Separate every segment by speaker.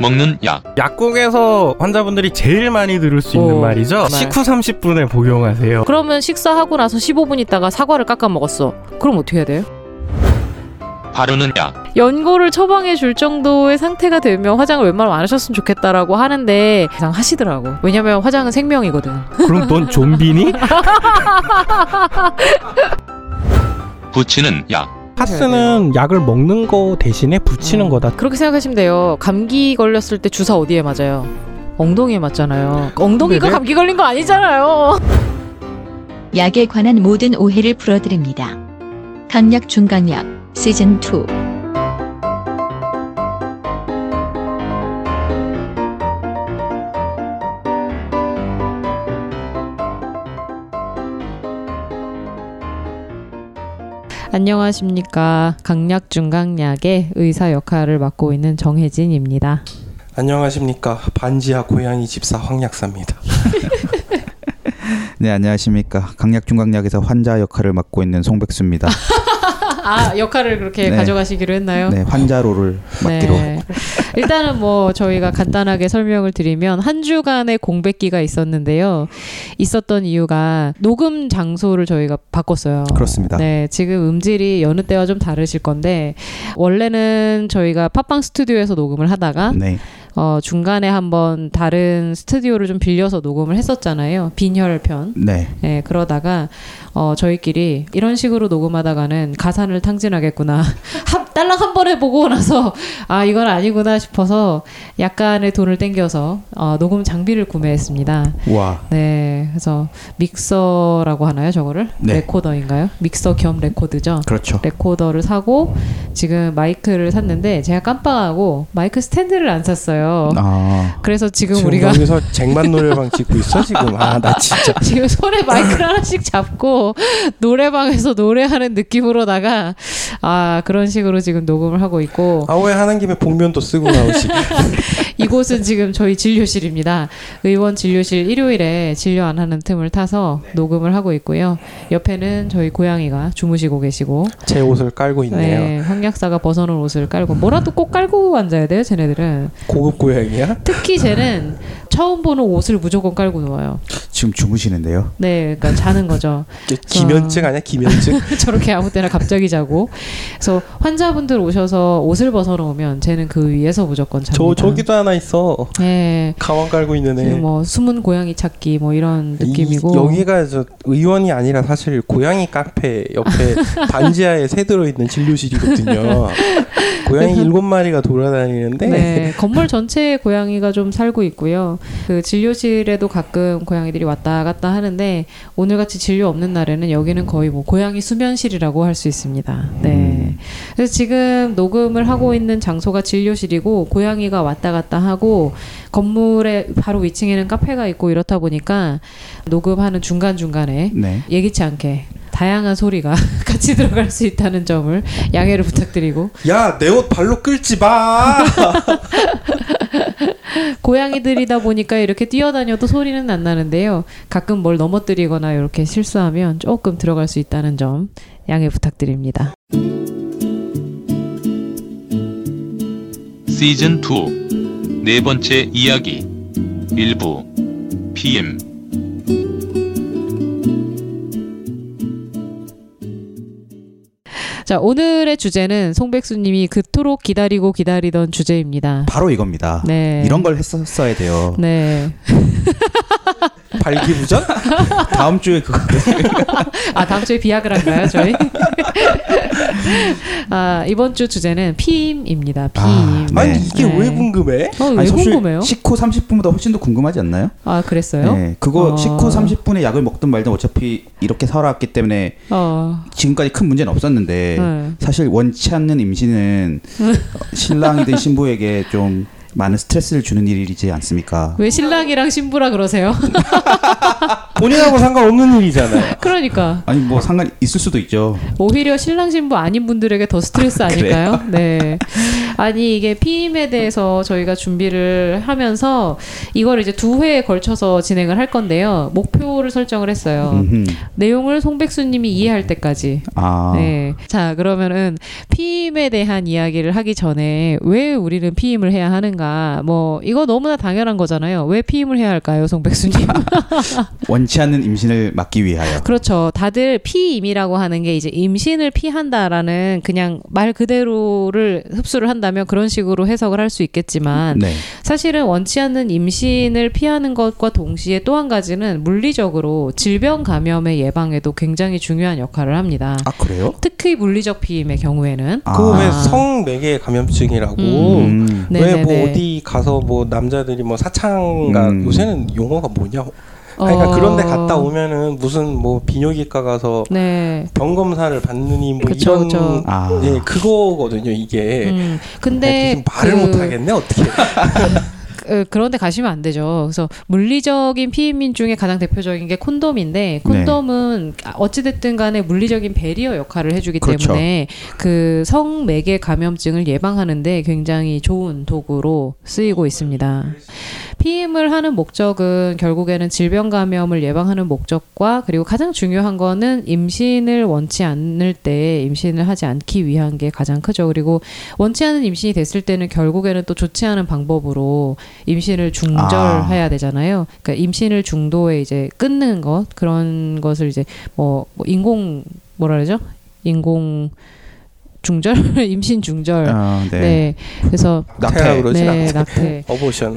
Speaker 1: 먹는 약.
Speaker 2: 약국에서 환자분들이 제일 많이 들을 수 있는
Speaker 3: 오,
Speaker 2: 말이죠.
Speaker 3: 어, 정말.
Speaker 2: 식후 30분에 복용하세요.
Speaker 3: 그러면 식사하고 나서 15분 있다가 사과를 깎아 먹었어. 그럼 어떻게 해야 돼요?
Speaker 1: 바르는 약.
Speaker 3: 연고를 처방해 줄 정도의 상태가 되면 화장을 웬만하면 안 하셨으면 좋겠다라고 하는데 그냥 하시더라고. 왜냐면 화장은 생명이거든.
Speaker 2: 그럼 넌 좀비니?
Speaker 1: 붙이는 약.
Speaker 2: 파스는 약을 먹는 거 대신에 붙이는
Speaker 3: 음.
Speaker 2: 거다.
Speaker 3: 그렇게 생각하시면 돼요. 감기 걸렸을 때 주사 어디에 맞아요? 엉덩이에 맞잖아요. 엉덩이가
Speaker 2: 네네.
Speaker 3: 감기 걸린 거 아니잖아요.
Speaker 4: 약에 관한 모든 오해를 풀어드립니다. 강약 중강약 시즌 2
Speaker 3: 안녕하십니까. 강약 중강약의 의사 역할을 맡고 있는 정혜진입니다.
Speaker 5: 안녕하십니까 반지하 고양이 집사 황약사입니다.
Speaker 6: 네 안녕하십니까 강약 중강약에서 환자 역할을 맡고 있는 송백수입니다.
Speaker 3: 아 역할을 그렇게
Speaker 6: 네.
Speaker 3: 가져가시기로 했나요?
Speaker 6: 네 환자로를 맡기로.
Speaker 3: 네. 일단은 뭐 저희가 간단하게 설명을 드리면 한 주간의 공백기가 있었는데요. 있었던 이유가 녹음 장소를 저희가 바꿨어요.
Speaker 6: 그렇습니다.
Speaker 3: 네, 지금 음질이 여느 때와 좀 다르실 건데 원래는 저희가 팟빵 스튜디오에서 녹음을 하다가
Speaker 6: 네.
Speaker 3: 어, 중간에 한번 다른 스튜디오를 좀 빌려서 녹음을 했었잖아요. 빈혈편.
Speaker 6: 네.
Speaker 3: 네, 그러다가 어, 저희끼리 이런 식으로 녹음하다가는 가산을 탕진하겠구나. 한, 딸랑 한 번에 보고 나서 아 이건 아니구나 싶어서 약간의 돈을 땡겨서 어, 녹음 장비를 구매했습니다.
Speaker 6: 와.
Speaker 3: 네, 그래서 믹서라고 하나요, 저거를?
Speaker 6: 네.
Speaker 3: 레코더인가요? 믹서 겸 레코드죠.
Speaker 6: 그렇죠.
Speaker 3: 레코더를 사고 지금 마이크를 샀는데 제가 깜빡하고 마이크 스탠드를 안 네, 샀어요.
Speaker 6: 아.
Speaker 3: 그래서 지금,
Speaker 5: 지금
Speaker 3: 우리가
Speaker 5: 여기서 쟁반 노래방 짓고 있어 지금 아 나 진짜
Speaker 3: 지금 손에 마이크를 하나씩 잡고 노래방에서 노래하는 느낌으로다가 아 그런 식으로 지금 녹음을 하고 있고
Speaker 5: 아 왜 하는 김에 복면도 쓰고 나오시
Speaker 3: 이곳은 지금 저희 진료실입니다. 의원 진료실 일요일에 진료 안 하는 틈을 타서
Speaker 5: 네.
Speaker 3: 녹음을 하고 있고요. 옆에는 저희 고양이가 주무시고 계시고
Speaker 5: 제 옷을 깔고 있네요.
Speaker 3: 네, 황약사가 벗어놓은 옷을 깔고 뭐라도 꼭 깔고 앉아야 돼요. 쟤네들은
Speaker 5: 고급 고양이야?
Speaker 3: 특히 쟤는 처음 보는 옷을 무조건 깔고 누워요.
Speaker 6: 지금 주무시는데요.
Speaker 3: 네, 그러니까 자는 거죠.
Speaker 5: 이게 기면증 아니야 기면증?
Speaker 3: 저렇게 아무 때나 갑자기 자고. 그래서 환자분들 오셔서 옷을 벗어놓으면 쟤는 그 위에서 무조건 잡니다.
Speaker 5: 저 저기도 하나 있어
Speaker 3: 네.
Speaker 5: 가방 깔고 있는
Speaker 3: 지금
Speaker 5: 애.
Speaker 3: 뭐 숨은 고양이 찾기 뭐 이런
Speaker 5: 이-
Speaker 3: 느낌이고
Speaker 5: 여기가 저 의원이 아니라 사실 고양이 카페 옆에 반지하에 새 들어있는 진료실이거든요. 고양이 일곱 마리가 돌아다니는데
Speaker 3: 네, 건물 전체에 고양이가 좀 살고 있고요. 그 진료실에도 가끔 고양이들이 왔다 갔다 하는데 오늘같이 진료 없는 날에는 여기는 거의 뭐 고양이 수면실이라고 할 수 있습니다. 네.
Speaker 6: 음.
Speaker 3: 그래서 지금 녹음을 하고 있는 장소가 진료실이고 고양이가 왔다 갔다 하고 건물의 바로 위층에는 카페가 있고 이렇다 보니까 녹음하는 중간 중간에
Speaker 6: 네.
Speaker 3: 예기치 않게 다양한 소리가 같이 들어갈 수 있다는 점을 양해를 부탁드리고
Speaker 5: 야 내 옷 발로 끌지 마.
Speaker 3: 고양이들이다 보니까 이렇게 뛰어다녀도 소리는 안 나는데요. 가끔 뭘 넘어뜨리거나 이렇게 실수하면 조금 들어갈 수 있다는 점 양해 부탁드립니다.
Speaker 1: 시즌 2. 네 번째 이야기. 일부. 피임.
Speaker 3: 자, 오늘의 주제는 송백수님이 그토록 기다리고 기다리던 주제입니다.
Speaker 6: 바로 이겁니다.
Speaker 3: 네.
Speaker 6: 이런 걸 했었어야 돼요.
Speaker 3: 네.
Speaker 5: 발기부전?
Speaker 6: 다음 주에 그거
Speaker 3: 아, 다음 주에 비약을한가요 저희? 아, 이번 주 주제는 피임입니다. 피임.
Speaker 6: 아, 네.
Speaker 5: 아니 이게
Speaker 3: 네.
Speaker 5: 왜 궁금해?
Speaker 3: 어, 왜
Speaker 6: 아니, 사실
Speaker 3: 궁금해요?
Speaker 6: 식후 30분보다 훨씬 더 궁금하지 않나요?
Speaker 3: 아, 그랬어요?
Speaker 6: 네. 그거
Speaker 3: 어.
Speaker 6: 식후 30분에 약을 먹든 말든 어차피 이렇게 살아왔기 때문에
Speaker 3: 어.
Speaker 6: 지금까지 큰 문제는 없었는데
Speaker 3: 네.
Speaker 6: 사실 원치 않는 임신은 어, 신랑이든 신부에게 좀 많은 스트레스를 주는 일이지 않습니까?
Speaker 3: 왜 신랑이랑 신부라 그러세요?
Speaker 5: 본인하고 상관없는 일이잖아요.
Speaker 3: 그러니까.
Speaker 6: 아니 뭐 상관 있을 수도 있죠. 아,
Speaker 3: 오히려 신랑 신부 아닌 분들에게 더 스트레스 아닐까요? 네. 아니 이게 피임에 대해서 저희가 준비를 하면서 이걸 이제 두 회에 걸쳐서 진행을 할 건데요. 목표를 설정을 했어요.
Speaker 6: 음흠.
Speaker 3: 내용을 송백수님이 이해할 때까지.
Speaker 6: 아,
Speaker 3: 네. 자, 그러면은 피임에 대한 이야기를 하기 전에 왜 우리는 피임을 해야 하는가? 뭐 이거 너무나 당연한 거잖아요. 왜 피임을 해야 할까요, 송백수님?
Speaker 6: 원치 않는 임신을 막기 위하여.
Speaker 3: 그렇죠. 다들 피임이라고 하는 게 이제 임신을 피한다라는 그냥 말 그대로를 흡수를 한다면 그런 식으로 해석을 할 수 있겠지만
Speaker 6: 네.
Speaker 3: 사실은 원치 않는 임신을 피하는 것과 동시에 또 한 가지는 물리적으로 질병 감염의 예방에도 굉장히 중요한 역할을 합니다.
Speaker 6: 아 그래요?
Speaker 3: 특히 물리적 피임의 경우에는
Speaker 5: 그거
Speaker 6: 아.
Speaker 5: 왜 성매개 감염증이라고
Speaker 6: 음.
Speaker 5: 왜 뭐
Speaker 3: 네네네.
Speaker 5: 어디 가서 뭐 남자들이 뭐 사창가
Speaker 6: 음.
Speaker 5: 요새는 용어가 뭐냐 그러니까
Speaker 3: 어,
Speaker 5: 그런데 갔다 오면은 무슨 뭐 비뇨기과 가서
Speaker 3: 네.
Speaker 5: 병 검사를 받느니 뭐
Speaker 3: 그쵸,
Speaker 5: 이런
Speaker 3: 그쵸.
Speaker 6: 아.
Speaker 5: 예 그거거든요 이게
Speaker 3: 음,
Speaker 5: 어떻게
Speaker 3: 근데
Speaker 5: 지금 네. 말을
Speaker 3: 그-
Speaker 5: 못 하겠네 어떻게
Speaker 3: 그- 그런데 가시면 안 되죠. 그래서 물리적인 피임민 중에 가장 대표적인 게
Speaker 6: 네.
Speaker 3: 콘돔인데 콘돔은 어찌 됐든 간에 물리적인 배리어 역할을 해주기
Speaker 6: 그렇죠.
Speaker 3: 때문에 그 성매개 감염증을 예방하는데 굉장히 좋은 도구로 쓰이고 있습니다. 피임을 하는 목적은 결국에는 질병 감염을 예방하는 목적과 그리고 가장 중요한 거는 임신을 원치 않을 때 임신을 하지 않기 위한 게 가장 크죠. 그리고 원치 않은 임신이 됐을 때는 결국에는 또 좋지 않은 방법으로 임신을 중절해야 되잖아요. 그러니까 임신을 중도에 이제 끊는 것 그런 것을 이제 뭐, 뭐 인공 뭐라 그러죠? 인공 중절 임신 중절
Speaker 6: 아, 네.
Speaker 3: 네. 그래서
Speaker 5: 낙태라 그러진
Speaker 3: 네
Speaker 5: 않아
Speaker 3: 낙태
Speaker 5: 어보션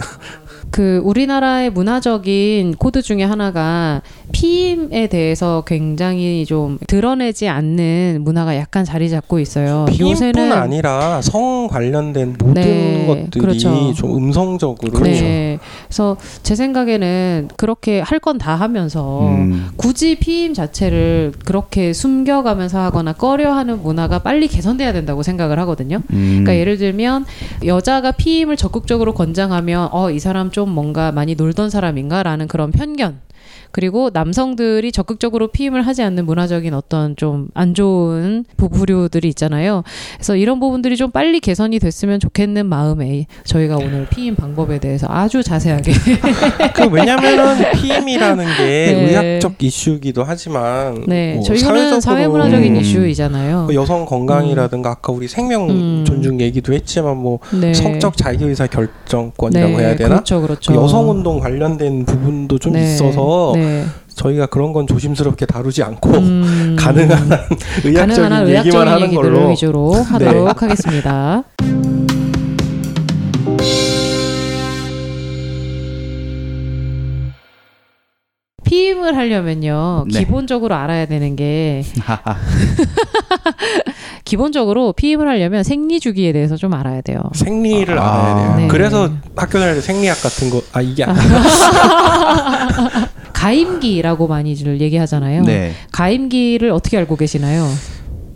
Speaker 3: 그 우리나라의 문화적인 코드 중에 하나가 피임에 대해서 굉장히 좀 드러내지 않는 문화가 약간 자리 잡고 있어요.
Speaker 5: 피임뿐
Speaker 3: 요새는
Speaker 5: 아니라 성 관련된 모든
Speaker 3: 네,
Speaker 5: 것들이
Speaker 3: 그렇죠.
Speaker 5: 좀 음성적으로
Speaker 3: 네. 그래서 제 생각에는 그렇게 할 건 다 하면서
Speaker 6: 음.
Speaker 3: 굳이 피임 자체를 그렇게 숨겨가면서 하거나 꺼려하는 문화가 빨리 개선돼야 된다고 생각을 하거든요.
Speaker 6: 음.
Speaker 3: 그러니까 예를 들면 여자가 피임을 적극적으로 권장하면 어 이 사람 좀 뭔가 많이 놀던 사람인가라는 그런 편견 그리고 남성들이 적극적으로 피임을 하지 않는 문화적인 어떤 좀 안 좋은 부부류들이 있잖아요. 그래서 이런 부분들이 좀 빨리 개선이 됐으면 좋겠는 마음에 저희가 오늘 피임 방법에 대해서 아주 자세하게
Speaker 5: 그 왜냐면은 피임이라는 게
Speaker 3: 네.
Speaker 5: 의학적 이슈이기도 하지만
Speaker 3: 네
Speaker 5: 뭐
Speaker 3: 저희는
Speaker 5: 사회적으로
Speaker 3: 사회문화적인
Speaker 6: 음.
Speaker 3: 이슈이잖아요.
Speaker 5: 뭐 여성 건강이라든가 아까 우리 생명
Speaker 3: 음.
Speaker 5: 존중 얘기도 했지만 뭐
Speaker 3: 네.
Speaker 5: 성적 자기의사 결정권이라고 해야 되나?
Speaker 3: 그렇죠, 그렇죠.
Speaker 5: 그 여성 운동 관련된 부분도 좀
Speaker 3: 네,
Speaker 5: 있어서
Speaker 3: 네.
Speaker 5: 저희가 그런 건 조심스럽게 다루지 않고
Speaker 3: 음.
Speaker 5: 가능한 한 의학적인
Speaker 3: 가능한 한
Speaker 5: 얘기만
Speaker 3: 의학적인
Speaker 5: 하는
Speaker 3: 얘기들을
Speaker 5: 걸로 네.
Speaker 3: 위주로 하도록 하겠습니다. 피임을 하려면요
Speaker 6: 네.
Speaker 3: 기본적으로 알아야 되는 게 기본적으로 피임을 하려면 생리 주기에 대해서 좀 알아야 돼요.
Speaker 5: 생리를
Speaker 6: 아,
Speaker 5: 알아야 돼요.
Speaker 3: 네.
Speaker 5: 그래서 학교 다닐 때 생리학 같은 거 아 이게 아니라
Speaker 3: 가임기라고 많이들 얘기하잖아요.
Speaker 6: 네.
Speaker 3: 가임기를 어떻게 알고 계시나요?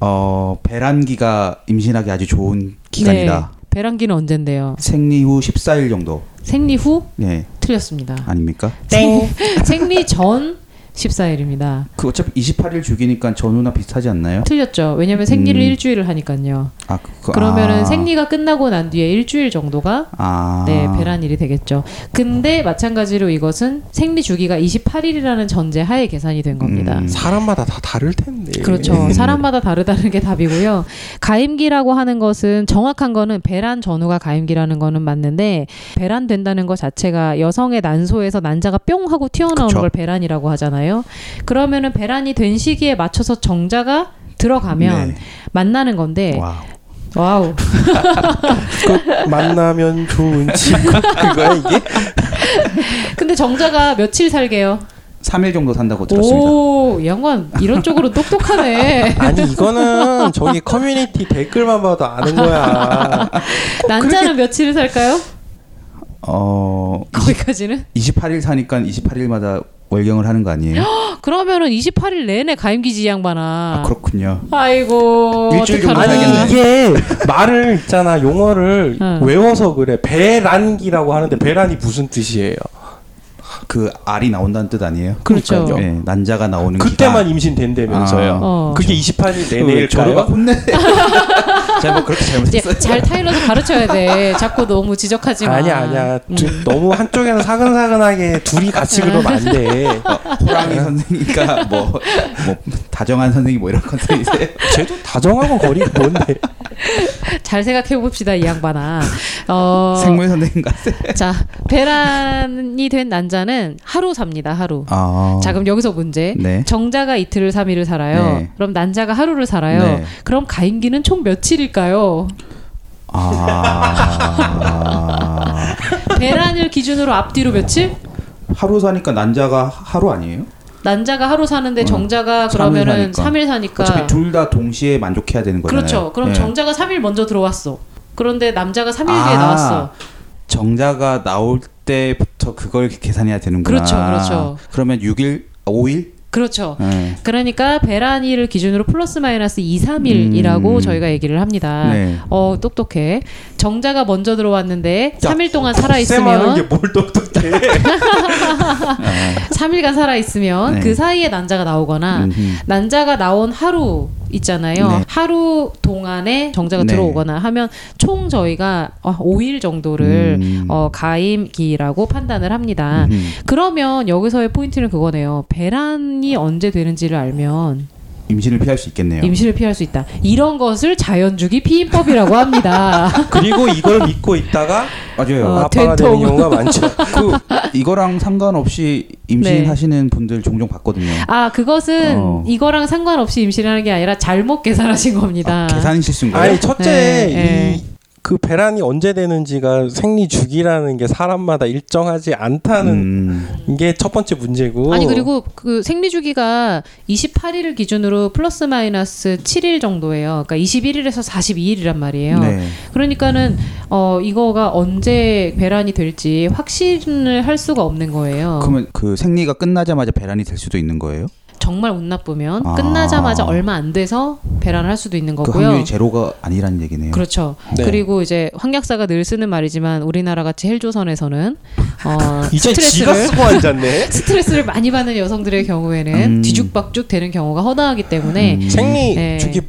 Speaker 6: 어 배란기가 임신하기 아주 좋은 기간이다.
Speaker 3: 네. 배란기는 언젠데요?
Speaker 6: 생리 후 14일 정도.
Speaker 3: 생리 후
Speaker 6: 예,
Speaker 3: 틀렸습니다.
Speaker 6: 아닙니까?
Speaker 3: 생, 생리 전 14일입니다.
Speaker 6: 그 어차피 28일 주기니까 전후나 비슷하지 않나요?
Speaker 3: 틀렸죠. 왜냐면 생리를
Speaker 6: 음.
Speaker 3: 일주일을 하니까요.
Speaker 6: 아, 그,
Speaker 3: 그러면은 생리가 끝나고 난 뒤에 일주일 정도가
Speaker 6: 아, 음.
Speaker 3: 네, 배란일이 되겠죠. 근데 마찬가지로 이것은 생리 주기가 28일이라는 전제 하에 계산이 된 겁니다.
Speaker 6: 음.
Speaker 5: 사람마다 다 다를 텐데.
Speaker 3: 그렇죠. 사람마다 다르다는 게 답이고요. 가임기라고 하는 것은 정확한 거는 배란 전후가 가임기라는 거는 맞는데 배란 된다는 것 자체가 여성의 난소에서 난자가 뿅 하고 튀어나오는
Speaker 6: 그쵸.
Speaker 3: 걸 배란이라고 하잖아요. 그러면은 배란이 된 시기에 맞춰서 정자가 들어가면
Speaker 6: 네.
Speaker 3: 만나는 건데
Speaker 6: 와우.
Speaker 3: 와우
Speaker 5: 그 만나면 좋은 친구 그거야 이게?
Speaker 3: 근데 정자가 며칠 살게요
Speaker 6: 3일 정도 산다고 들었습니다.
Speaker 3: 오 양반 이런 쪽으로 똑똑하네
Speaker 5: 아니 이거는 저기 커뮤니티 댓글만 봐도 아는 거야.
Speaker 3: 난자는 며칠을 살까요
Speaker 6: 어,
Speaker 3: 거기까지는
Speaker 6: 28일 사니까 28일마다 월경을 하는 거 아니에요?
Speaker 3: 그러면은 28일 내내 가임기지 이 양반아
Speaker 6: 아, 그렇군요.
Speaker 3: 아이고
Speaker 6: 일주일 정도
Speaker 3: 어떡하나.
Speaker 6: 살겠네.
Speaker 5: 아니 이게 말을 있잖아 용어를
Speaker 3: 응.
Speaker 5: 외워서 그래 배란기라고 하는데 배란이 무슨 뜻이에요?
Speaker 6: 그 알이 나온다는 뜻 아니에요?
Speaker 3: 그렇죠.
Speaker 6: 예, 난자가 나오는
Speaker 5: 그때만
Speaker 6: 기간.
Speaker 5: 임신된다면서요.
Speaker 6: 아.
Speaker 3: 어.
Speaker 5: 그게 28일
Speaker 6: 저러가
Speaker 5: 내내일까요?
Speaker 6: 혼내. 제가 뭐 그렇게
Speaker 3: 이제
Speaker 6: 잘못했어요.
Speaker 3: 잘 타일러서 가르쳐야 돼. 자꾸 너무 지적하지 마.
Speaker 5: 아니야 아니야
Speaker 3: 음.
Speaker 5: 저- 너무 한쪽에는 사근사근하게 둘이 같이 그러면 안돼
Speaker 6: 호랑이 선생이니까 뭐, 뭐 다정한 선생이 뭐 이런 컨셉이세요?
Speaker 5: 쟤도 다정하고 거리 뭔데
Speaker 3: 잘 생각해 봅시다 이 양반아. 어,
Speaker 6: 생물 선생님 같아요.
Speaker 3: 자 배란이 된 난자는 하루 삽니다 하루.
Speaker 6: 아.
Speaker 3: 자 그럼 여기서 문제.
Speaker 6: 네.
Speaker 3: 정자가 이틀을 삼일을 살아요.
Speaker 6: 네.
Speaker 3: 그럼 난자가 하루를 살아요.
Speaker 6: 네.
Speaker 3: 그럼 가임기는 총 며칠일까요?
Speaker 6: 아.
Speaker 3: 배란을 기준으로 앞뒤로 며칠?
Speaker 6: 하루 사니까 난자가 하루 아니에요?
Speaker 3: 난자가 하루 사는데
Speaker 6: 음,
Speaker 3: 정자가
Speaker 6: 삼일
Speaker 3: 그러면은
Speaker 6: 사니까.
Speaker 3: 삼일 사니까.
Speaker 6: 어차피 둘 다 동시에 만족해야 되는 거잖아요.
Speaker 3: 그렇죠. 그럼
Speaker 6: 예.
Speaker 3: 정자가 삼일 먼저 들어왔어. 그런데 남자가 삼일 뒤에
Speaker 6: 아,
Speaker 3: 나왔어.
Speaker 6: 정자가 나올 때부터 그걸 계산해야 되는구나.
Speaker 3: 그렇죠, 그렇죠.
Speaker 6: 그러면 6일, 5일? 예.
Speaker 3: 그렇죠. 그러니까 베라니를 기준으로 플러스 마이너스 2, 3일이라고
Speaker 6: 음.
Speaker 3: 저희가 얘기를 합니다.
Speaker 6: 네.
Speaker 3: 어, 똑똑해. 정자가 먼저 들어왔는데
Speaker 5: 야,
Speaker 3: 3일 동안
Speaker 5: 쌤하는
Speaker 3: 살아있으면
Speaker 5: 게 뭘 똑똑해
Speaker 3: 3일간 살아있으면
Speaker 6: 네.
Speaker 3: 그 사이에 난자가 나오거나
Speaker 6: 음흠.
Speaker 3: 난자가 나온 하루 있잖아요.
Speaker 6: 네.
Speaker 3: 하루 동안에 정자가
Speaker 6: 네.
Speaker 3: 들어오거나 하면 총 저희가 5일 정도를
Speaker 6: 음.
Speaker 3: 어, 가임기라고 판단을 합니다.
Speaker 6: 음흠.
Speaker 3: 그러면 여기서의 포인트는 그거네요. 배란이 언제 되는지를 알면
Speaker 6: 임신을 피할 수 있겠네요.
Speaker 3: 임신을 피할 수 있다. 이런 것을 자연주기 피임법이라고 합니다.
Speaker 5: 그리고 이걸 믿고 있다가
Speaker 6: 맞아요.
Speaker 3: 어,
Speaker 5: 아빠가 되는
Speaker 3: 된통.
Speaker 5: 경우가 많죠
Speaker 6: 그 이거랑 상관없이 임신하시는 분들 종종 봤거든요.
Speaker 3: 네. 아, 그것은
Speaker 6: 어.
Speaker 3: 이거랑 상관없이 임신하는 게 아니라 잘못 계산하신 겁니다.
Speaker 6: 아, 계산 실수인 거예요?
Speaker 5: 아니 첫째
Speaker 3: 네, 네.
Speaker 5: 이, 그 배란이 언제 되는지가 생리 주기라는 게 사람마다 일정하지 않다는
Speaker 6: 음,
Speaker 5: 게 첫 번째 문제고
Speaker 3: 아니 그리고 그 생리 주기가 28일을 기준으로 플러스 마이너스 7일 정도예요. 그러니까 21일에서 42일이란 말이에요.
Speaker 6: 네.
Speaker 3: 그러니까는 어 이거가 언제 배란이 될지 확신을 할 수가 없는 거예요.
Speaker 6: 그러면 그 생리가 끝나자마자 배란이 될 수도 있는 거예요?
Speaker 3: 정말 운 나쁘면
Speaker 6: 아.
Speaker 3: 끝나자마자 얼마 안 돼서 배란을 할 수도 있는
Speaker 6: 그
Speaker 3: 거고요.
Speaker 6: 확률이 제로가 아니라는 얘기네요.
Speaker 3: 렇죠
Speaker 5: 네.
Speaker 3: 그리고 이제 황약사가 늘 쓰는 말이지만 우리나라 같이 헬조선에서는 어,
Speaker 5: 이제 지가
Speaker 3: 스트레스를
Speaker 5: 쓰고 앉았네
Speaker 3: 스트레스를 많이 받는 여성들의 경우에는
Speaker 6: 음.
Speaker 3: 뒤죽박죽 되는 경우가 허다하기 때문에
Speaker 6: 음.
Speaker 5: 생리
Speaker 3: 네.
Speaker 5: 주기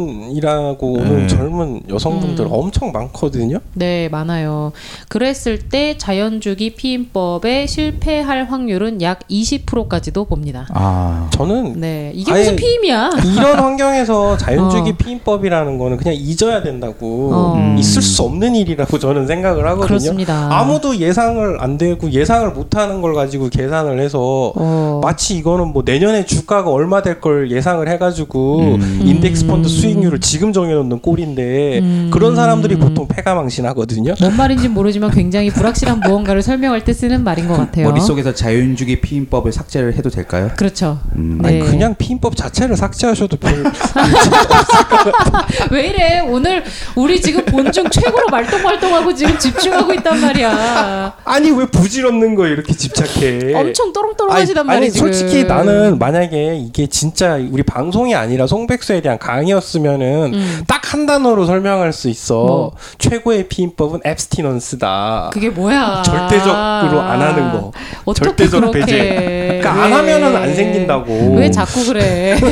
Speaker 5: 불순이라고
Speaker 6: 네.
Speaker 5: 오는 젊은 여성분들
Speaker 3: 음.
Speaker 5: 엄청 많거든요
Speaker 3: 네 많아요. 그랬을 때 자연주기 피임법에 실패할 확률은 약 20%까지도 봅니다.
Speaker 6: 아,
Speaker 5: 저는
Speaker 3: 네 이게
Speaker 5: 아예-
Speaker 3: 무슨 피임이야?
Speaker 5: 이런 환경에서 자연주기
Speaker 3: 어.
Speaker 5: 피임법이라는 거는 그냥 잊어야 된다고
Speaker 3: 어.
Speaker 6: 음.
Speaker 5: 있을 수 없는 일이라고 저는 생각을 하거든요.
Speaker 3: 그렇습니다.
Speaker 5: 아무도 예상을 안 되고 예상을 못 하는 걸 가지고 계산을 해서
Speaker 3: 어.
Speaker 5: 마치 이거는 뭐 내년에 주가가 얼마 될 걸 예상을 해가지고
Speaker 6: 음.
Speaker 5: 인덱스 펀드 수익률을 지금 정해놓는 꼴인데
Speaker 3: 음. 네.
Speaker 5: 그런 사람들이 보통 패가망신하거든요.
Speaker 3: 뭔 말인지 모르지만 굉장히 불확실한 무언가를 설명할 때 쓰는 말인 것 같아요.
Speaker 6: 머릿속에서 자연주기 피임법을 삭제를 해도 될까요?
Speaker 3: 그렇죠.
Speaker 6: 음,
Speaker 3: 네.
Speaker 5: 그냥 피임법 자체를 삭제하셔도 별
Speaker 3: 왜 이래? 오늘 우리 지금 본중 최고로 말똥말똥하고 지금 집중하고 있단 말이야.
Speaker 5: 아니 왜 부질없는 거에 이렇게 집착해?
Speaker 3: 엄청 또롱또롱하시단
Speaker 5: 예. 아니,
Speaker 3: 말이야.
Speaker 5: 아니 솔직히 나는 만약에 이게 진짜 우리 방송이 아니라 송백수에 대한 강의였으면은
Speaker 3: 음.
Speaker 5: 딱 한 단어로 설명할 수 있어.
Speaker 3: 뭐?
Speaker 5: 최고의 피임법은 앱스티넌스다.
Speaker 3: 그게 아. 뭐야?
Speaker 5: 절대적으로 안 하는 거.
Speaker 3: 어떻게
Speaker 5: 절대적
Speaker 3: 그렇게?
Speaker 5: 배제. 그러니까 안
Speaker 3: 왜?
Speaker 5: 하면은 안 생긴다고.
Speaker 3: 네. 왜 자꾸 그래?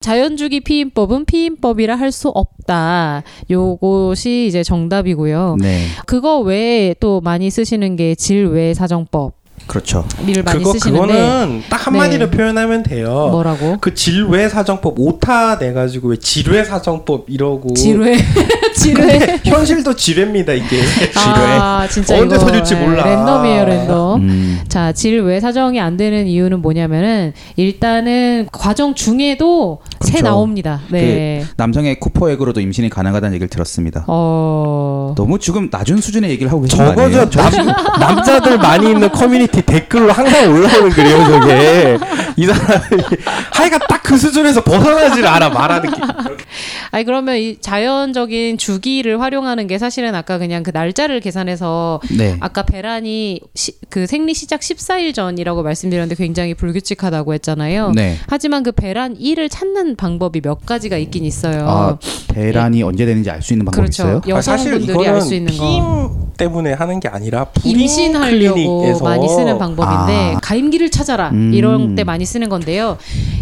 Speaker 3: 자연주기 피임법은 피임법이라 할 수 없다. 요것이 이제 정답이고요.
Speaker 5: 음.
Speaker 6: 네,
Speaker 3: 그거 외에 또 많이 쓰시는 게 질외 사정법을
Speaker 6: 그렇죠.
Speaker 3: 많이
Speaker 5: 그거
Speaker 3: 쓰시는데
Speaker 5: 그거는 딱 한마디로
Speaker 3: 네.
Speaker 5: 표현하면 돼요.
Speaker 3: 뭐라고?
Speaker 5: 그 질외 사정법 오타 내 가지고 왜 질외 사정법 이러고
Speaker 3: 질외 질외
Speaker 5: 근데 현실도 질외입니다 이게.
Speaker 3: 아 진짜
Speaker 5: 언제
Speaker 3: 이거
Speaker 5: 터질지
Speaker 3: 예,
Speaker 5: 몰라.
Speaker 3: 랜덤이에요 랜덤
Speaker 6: 음,
Speaker 3: 자, 질외 사정이 안 되는 이유는 뭐냐면은 일단은 과정 중에도 새
Speaker 6: 그렇죠. 그
Speaker 3: 나옵니다. 네.
Speaker 6: 남성의 쿠퍼액으로도 임신이 가능하다는 얘기를 들었습니다.
Speaker 3: 어.
Speaker 6: 너무 지금 낮은 수준의 얘기를 하고 계신 거
Speaker 5: 저거
Speaker 6: 아니에요?
Speaker 5: 저 남, 남자들 많이 있는 커뮤니티 댓글로 항상 올라오는 글이에요 저게 이 사람이 하여가 딱 그 수준에서 벗어나질 않아 말하는 게
Speaker 3: 아니 그러면 이 자연적인 주기를 활용하는 게 사실은 아까 그냥 그 날짜를 계산해서
Speaker 6: 네.
Speaker 3: 아까 베란이 시- 그 생리 시작 14일 전이라고 말씀드렸는데 굉장히 불규칙하다고 했잖아요.
Speaker 6: 네.
Speaker 3: 하지만 그 베란 1을 찾는 하는 방법이 몇 가지가 있긴 있어요.
Speaker 6: 아 대란이 언제 되는지 알 수 있는 방법 이
Speaker 3: 그렇죠.
Speaker 6: 있어요?
Speaker 5: 아, 사실
Speaker 3: 여성분들이
Speaker 5: 이거는
Speaker 3: 알 수 있는 거.
Speaker 5: 피임 때문에 하는 게 아니라 불임
Speaker 3: 임신하려고
Speaker 5: 클리닉에서
Speaker 3: 많이 쓰는 방법인데
Speaker 6: 아.
Speaker 3: 가임기를 찾아라
Speaker 6: 음.
Speaker 3: 이런 때 많이 쓰는 건데요.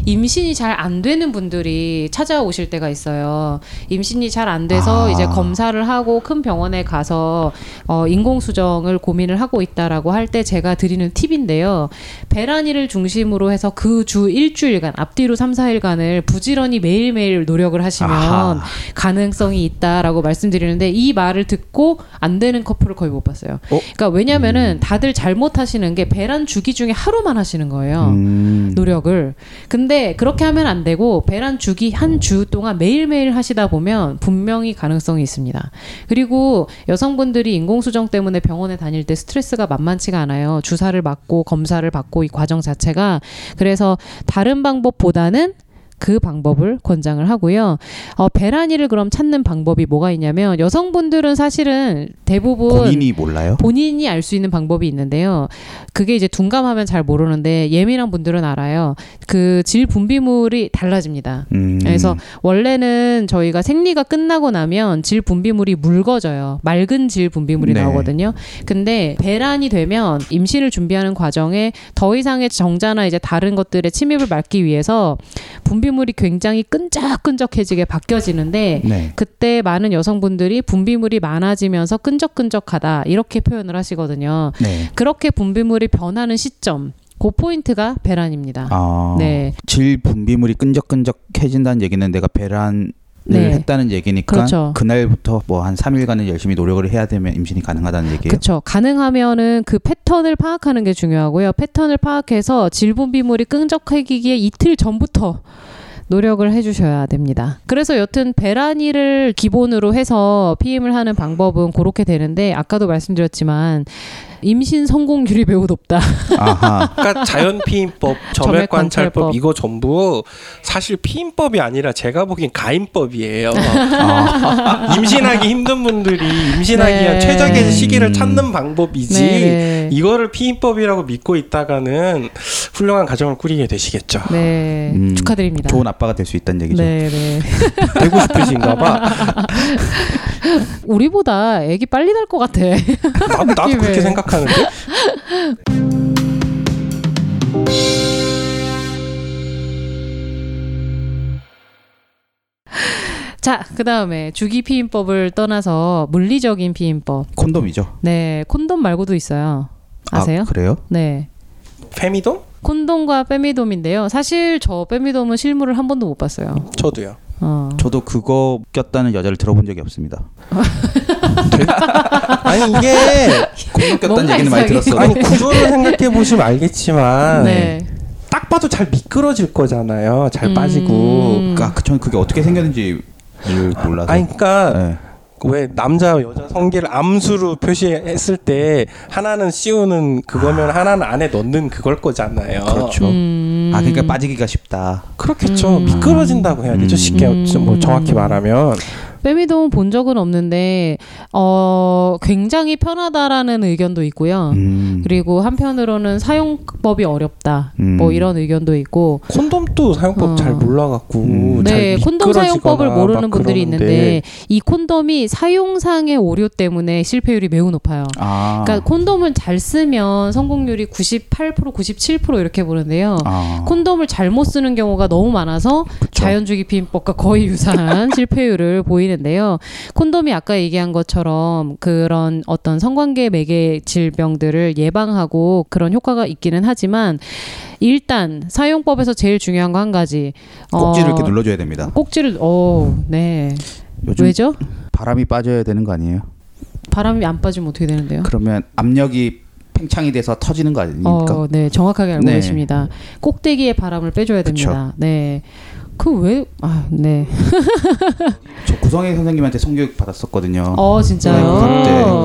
Speaker 3: 임신이 잘 안 되는 분들이 찾아오실 때가 있어요. 임신이 잘 안 돼서
Speaker 6: 아.
Speaker 3: 이제 검사를 하고 큰 병원에 가서 어, 인공수정을 고민을 하고 있다라고 할 때 제가 드리는 팁인데요. 배란이를 중심으로 해서 그 주 일주일간 앞뒤로 삼사일간을 부지런히 매일매일 노력을 하시면
Speaker 6: 아하.
Speaker 3: 가능성이 있다라고 말씀드리는데 이 말을 듣고 안 되는 커플을 거의 못 봤어요.
Speaker 5: 어?
Speaker 3: 그러니까
Speaker 6: 음.
Speaker 3: 왜냐면은 다들 잘못하시는 게 배란 주기 중에 하루만 하시는 거예요.
Speaker 6: 음.
Speaker 3: 노력을. 근데 그렇게 하면 안 되고 배란 주기 한 주 동안 매일매일 하시다 보면 분명히 가능성이 있습니다. 그리고 여성분들이 인공수정 때문에 병원에 다닐 때 스트레스가 만만치가 않아요. 주사를 맞고 검사를 받고 이 과정 자체가 그래서 다른 방법보다는 그 방법을 권장을 하고요. 어, 배란이를 그럼 찾는 방법이 뭐가 있냐면 여성분들은 사실은 대부분
Speaker 6: 본인이 몰라요?
Speaker 3: 본인이 알 수 있는 방법이 있는데요. 그게 이제 둔감하면 잘 모르는데 예민한 분들은 알아요. 그 질 분비물이 달라집니다.
Speaker 6: 음.
Speaker 3: 그래서 원래는 저희가 생리가 끝나고 나면 질 분비물이 묽어져요. 맑은 질 분비물이
Speaker 6: 네.
Speaker 3: 나오거든요. 근데 배란이 되면 임신을 준비하는 과정에 더 이상의 정자나 이제 다른 것들의 침입을 막기 위해서 분비물이 굉장히 끈적끈적해지게 바뀌어지는데
Speaker 6: 네.
Speaker 3: 그때 많은 여성분들이 분비물이 많아지면서 끈적끈적하다 이렇게 표현을 하시거든요.
Speaker 6: 네.
Speaker 3: 그렇게 분비물이 변하는 시점, 그 포인트가 배란입니다.
Speaker 6: 아.
Speaker 3: 네,
Speaker 6: 질 분비물이 끈적끈적해진다는 얘기는 내가 배란을
Speaker 3: 네.
Speaker 6: 했다는 얘기니까
Speaker 3: 그렇죠.
Speaker 6: 그날부터 뭐 한 3일간은 열심히 노력을 해야 되면 임신이 가능하다는 얘기예요.
Speaker 3: 그렇죠. 가능하면은 그 패턴을 파악하는 게 중요하고요. 패턴을 파악해서 질분비물이 끈적해지기에 이틀 전부터 노력을 해주셔야 됩니다. 그래서 여튼 배란이를 기본으로 해서 피임을 하는 방법은 그렇게 되는데 아까도 말씀드렸지만 임신 성공률이 매우 높다.
Speaker 6: 아하.
Speaker 5: 그러니까 자연 피임법, 점액 관찰법
Speaker 3: 점액관찰법.
Speaker 5: 이거 전부 사실 피임법이 아니라 제가 보기엔 가임법이에요.
Speaker 6: 아,
Speaker 5: 임신하기 힘든 분들이 임신하기
Speaker 3: 네.
Speaker 5: 위한 최적의 시기를
Speaker 6: 음.
Speaker 5: 찾는 방법이지
Speaker 3: 네.
Speaker 5: 이거를 피임법이라고 믿고 있다가는 훌륭한 가정을 꾸리게 되시겠죠.
Speaker 3: 네.
Speaker 6: 음,
Speaker 3: 축하드립니다.
Speaker 6: 좋은 아빠가 될 수 있다는 얘기죠.
Speaker 3: 네, 네.
Speaker 5: 되고 싶으신가 봐.
Speaker 3: 우리보다 애기 빨리 날 것 같아.
Speaker 5: 나, 나도 그렇게
Speaker 3: 느낌에.
Speaker 5: 생각하는데.
Speaker 3: 자, 그 다음에 주기 피임법을 떠나서 물리적인 피임법.
Speaker 6: 콘돔이죠.
Speaker 3: 네, 콘돔 말고도 있어요. 아세요?
Speaker 6: 아, 그래요?
Speaker 3: 네.
Speaker 5: 페미돔?
Speaker 3: 콘돔과 빼미돔인데요. 사실 저 빼미돔은 실물을 한 번도 못 봤어요.
Speaker 5: 저도요.
Speaker 3: 어.
Speaker 6: 저도 그거 꼈다는 여자를 들어본 적이 없습니다.
Speaker 5: 아니 이게
Speaker 6: 콘돔 꼈다는
Speaker 3: 뭔가
Speaker 6: 얘기는 많이
Speaker 3: 이상해.
Speaker 6: 들었어.
Speaker 5: 아니 구조를 생각해 보시면 알겠지만
Speaker 3: 네.
Speaker 5: 딱 봐도 잘 미끄러질 거잖아요. 잘 빠지고.
Speaker 3: 음.
Speaker 6: 아, 그- 전 그게 어떻게 생겼는지 몰라서.
Speaker 5: 아니 그러니까
Speaker 6: 네.
Speaker 5: 왜 남자 여자 성기를 암수로 표시했을 때 하나는 씌우는 그거면
Speaker 3: 아.
Speaker 5: 하나는 안에 넣는 그걸 거잖아요.
Speaker 6: 그렇죠.
Speaker 3: 음.
Speaker 6: 아, 그러니까 빠지기가 쉽다.
Speaker 5: 겠죠 음. 미끄러진다고 해야 되죠. 쉽게
Speaker 3: 음.
Speaker 5: 뭐 정확히 말하면
Speaker 3: 빼미돔 본 적은 없는데 어 굉장히 편하다라는 의견도 있고요.
Speaker 6: 음.
Speaker 3: 그리고 한편으로는 사용법이 어렵다.
Speaker 6: 음.
Speaker 3: 뭐 이런 의견도 있고.
Speaker 5: 콘돔도 사용법
Speaker 3: 어.
Speaker 5: 잘 몰라갖고
Speaker 6: 음.
Speaker 5: 뭐 잘
Speaker 3: 네, 콘돔
Speaker 5: 미끄러지거나
Speaker 3: 사용법을 모르는
Speaker 5: 막
Speaker 3: 분들이
Speaker 5: 그러는데
Speaker 3: 있는데 이 콘돔이 사용상의 오류 때문에 실패율이 매우 높아요.
Speaker 6: 아.
Speaker 3: 그러니까 콘돔을 잘 쓰면 성공률이 98% 97% 이렇게 보는데요.
Speaker 6: 아.
Speaker 3: 콘돔을 잘못 쓰는 경우가 너무 많아서 자연주기 피임법과 거의 유사한 실패율을 보이는데요. 콘돔이 아까 얘기한 것처럼 그런 어떤 성관계 매개 질병들을 예방하고 그런 효과가 있기는 하지만 일단 사용법에서 제일 중요한 거 한 가지
Speaker 6: 꼭지를
Speaker 3: 어,
Speaker 6: 이렇게 눌러줘야 됩니다.
Speaker 3: 꼭지를 어, 네.
Speaker 6: 요즘
Speaker 3: 왜죠?
Speaker 6: 바람이 빠져야 되는 거 아니에요?
Speaker 3: 바람이 안 빠지면 어떻게 되는데요?
Speaker 6: 그러면 압력이 팽창이 돼서 터지는 거 아닙니까?
Speaker 3: 어, 네, 정확하게 알고
Speaker 6: 네.
Speaker 3: 계십니다. 꼭대기에 바람을 빼줘야 됩니다. 네. 그 왜 아, 네.
Speaker 6: 저 구성애 선생님한테 성교육 받았었거든요.
Speaker 3: 어,
Speaker 6: 네, 고3
Speaker 3: 진짜요?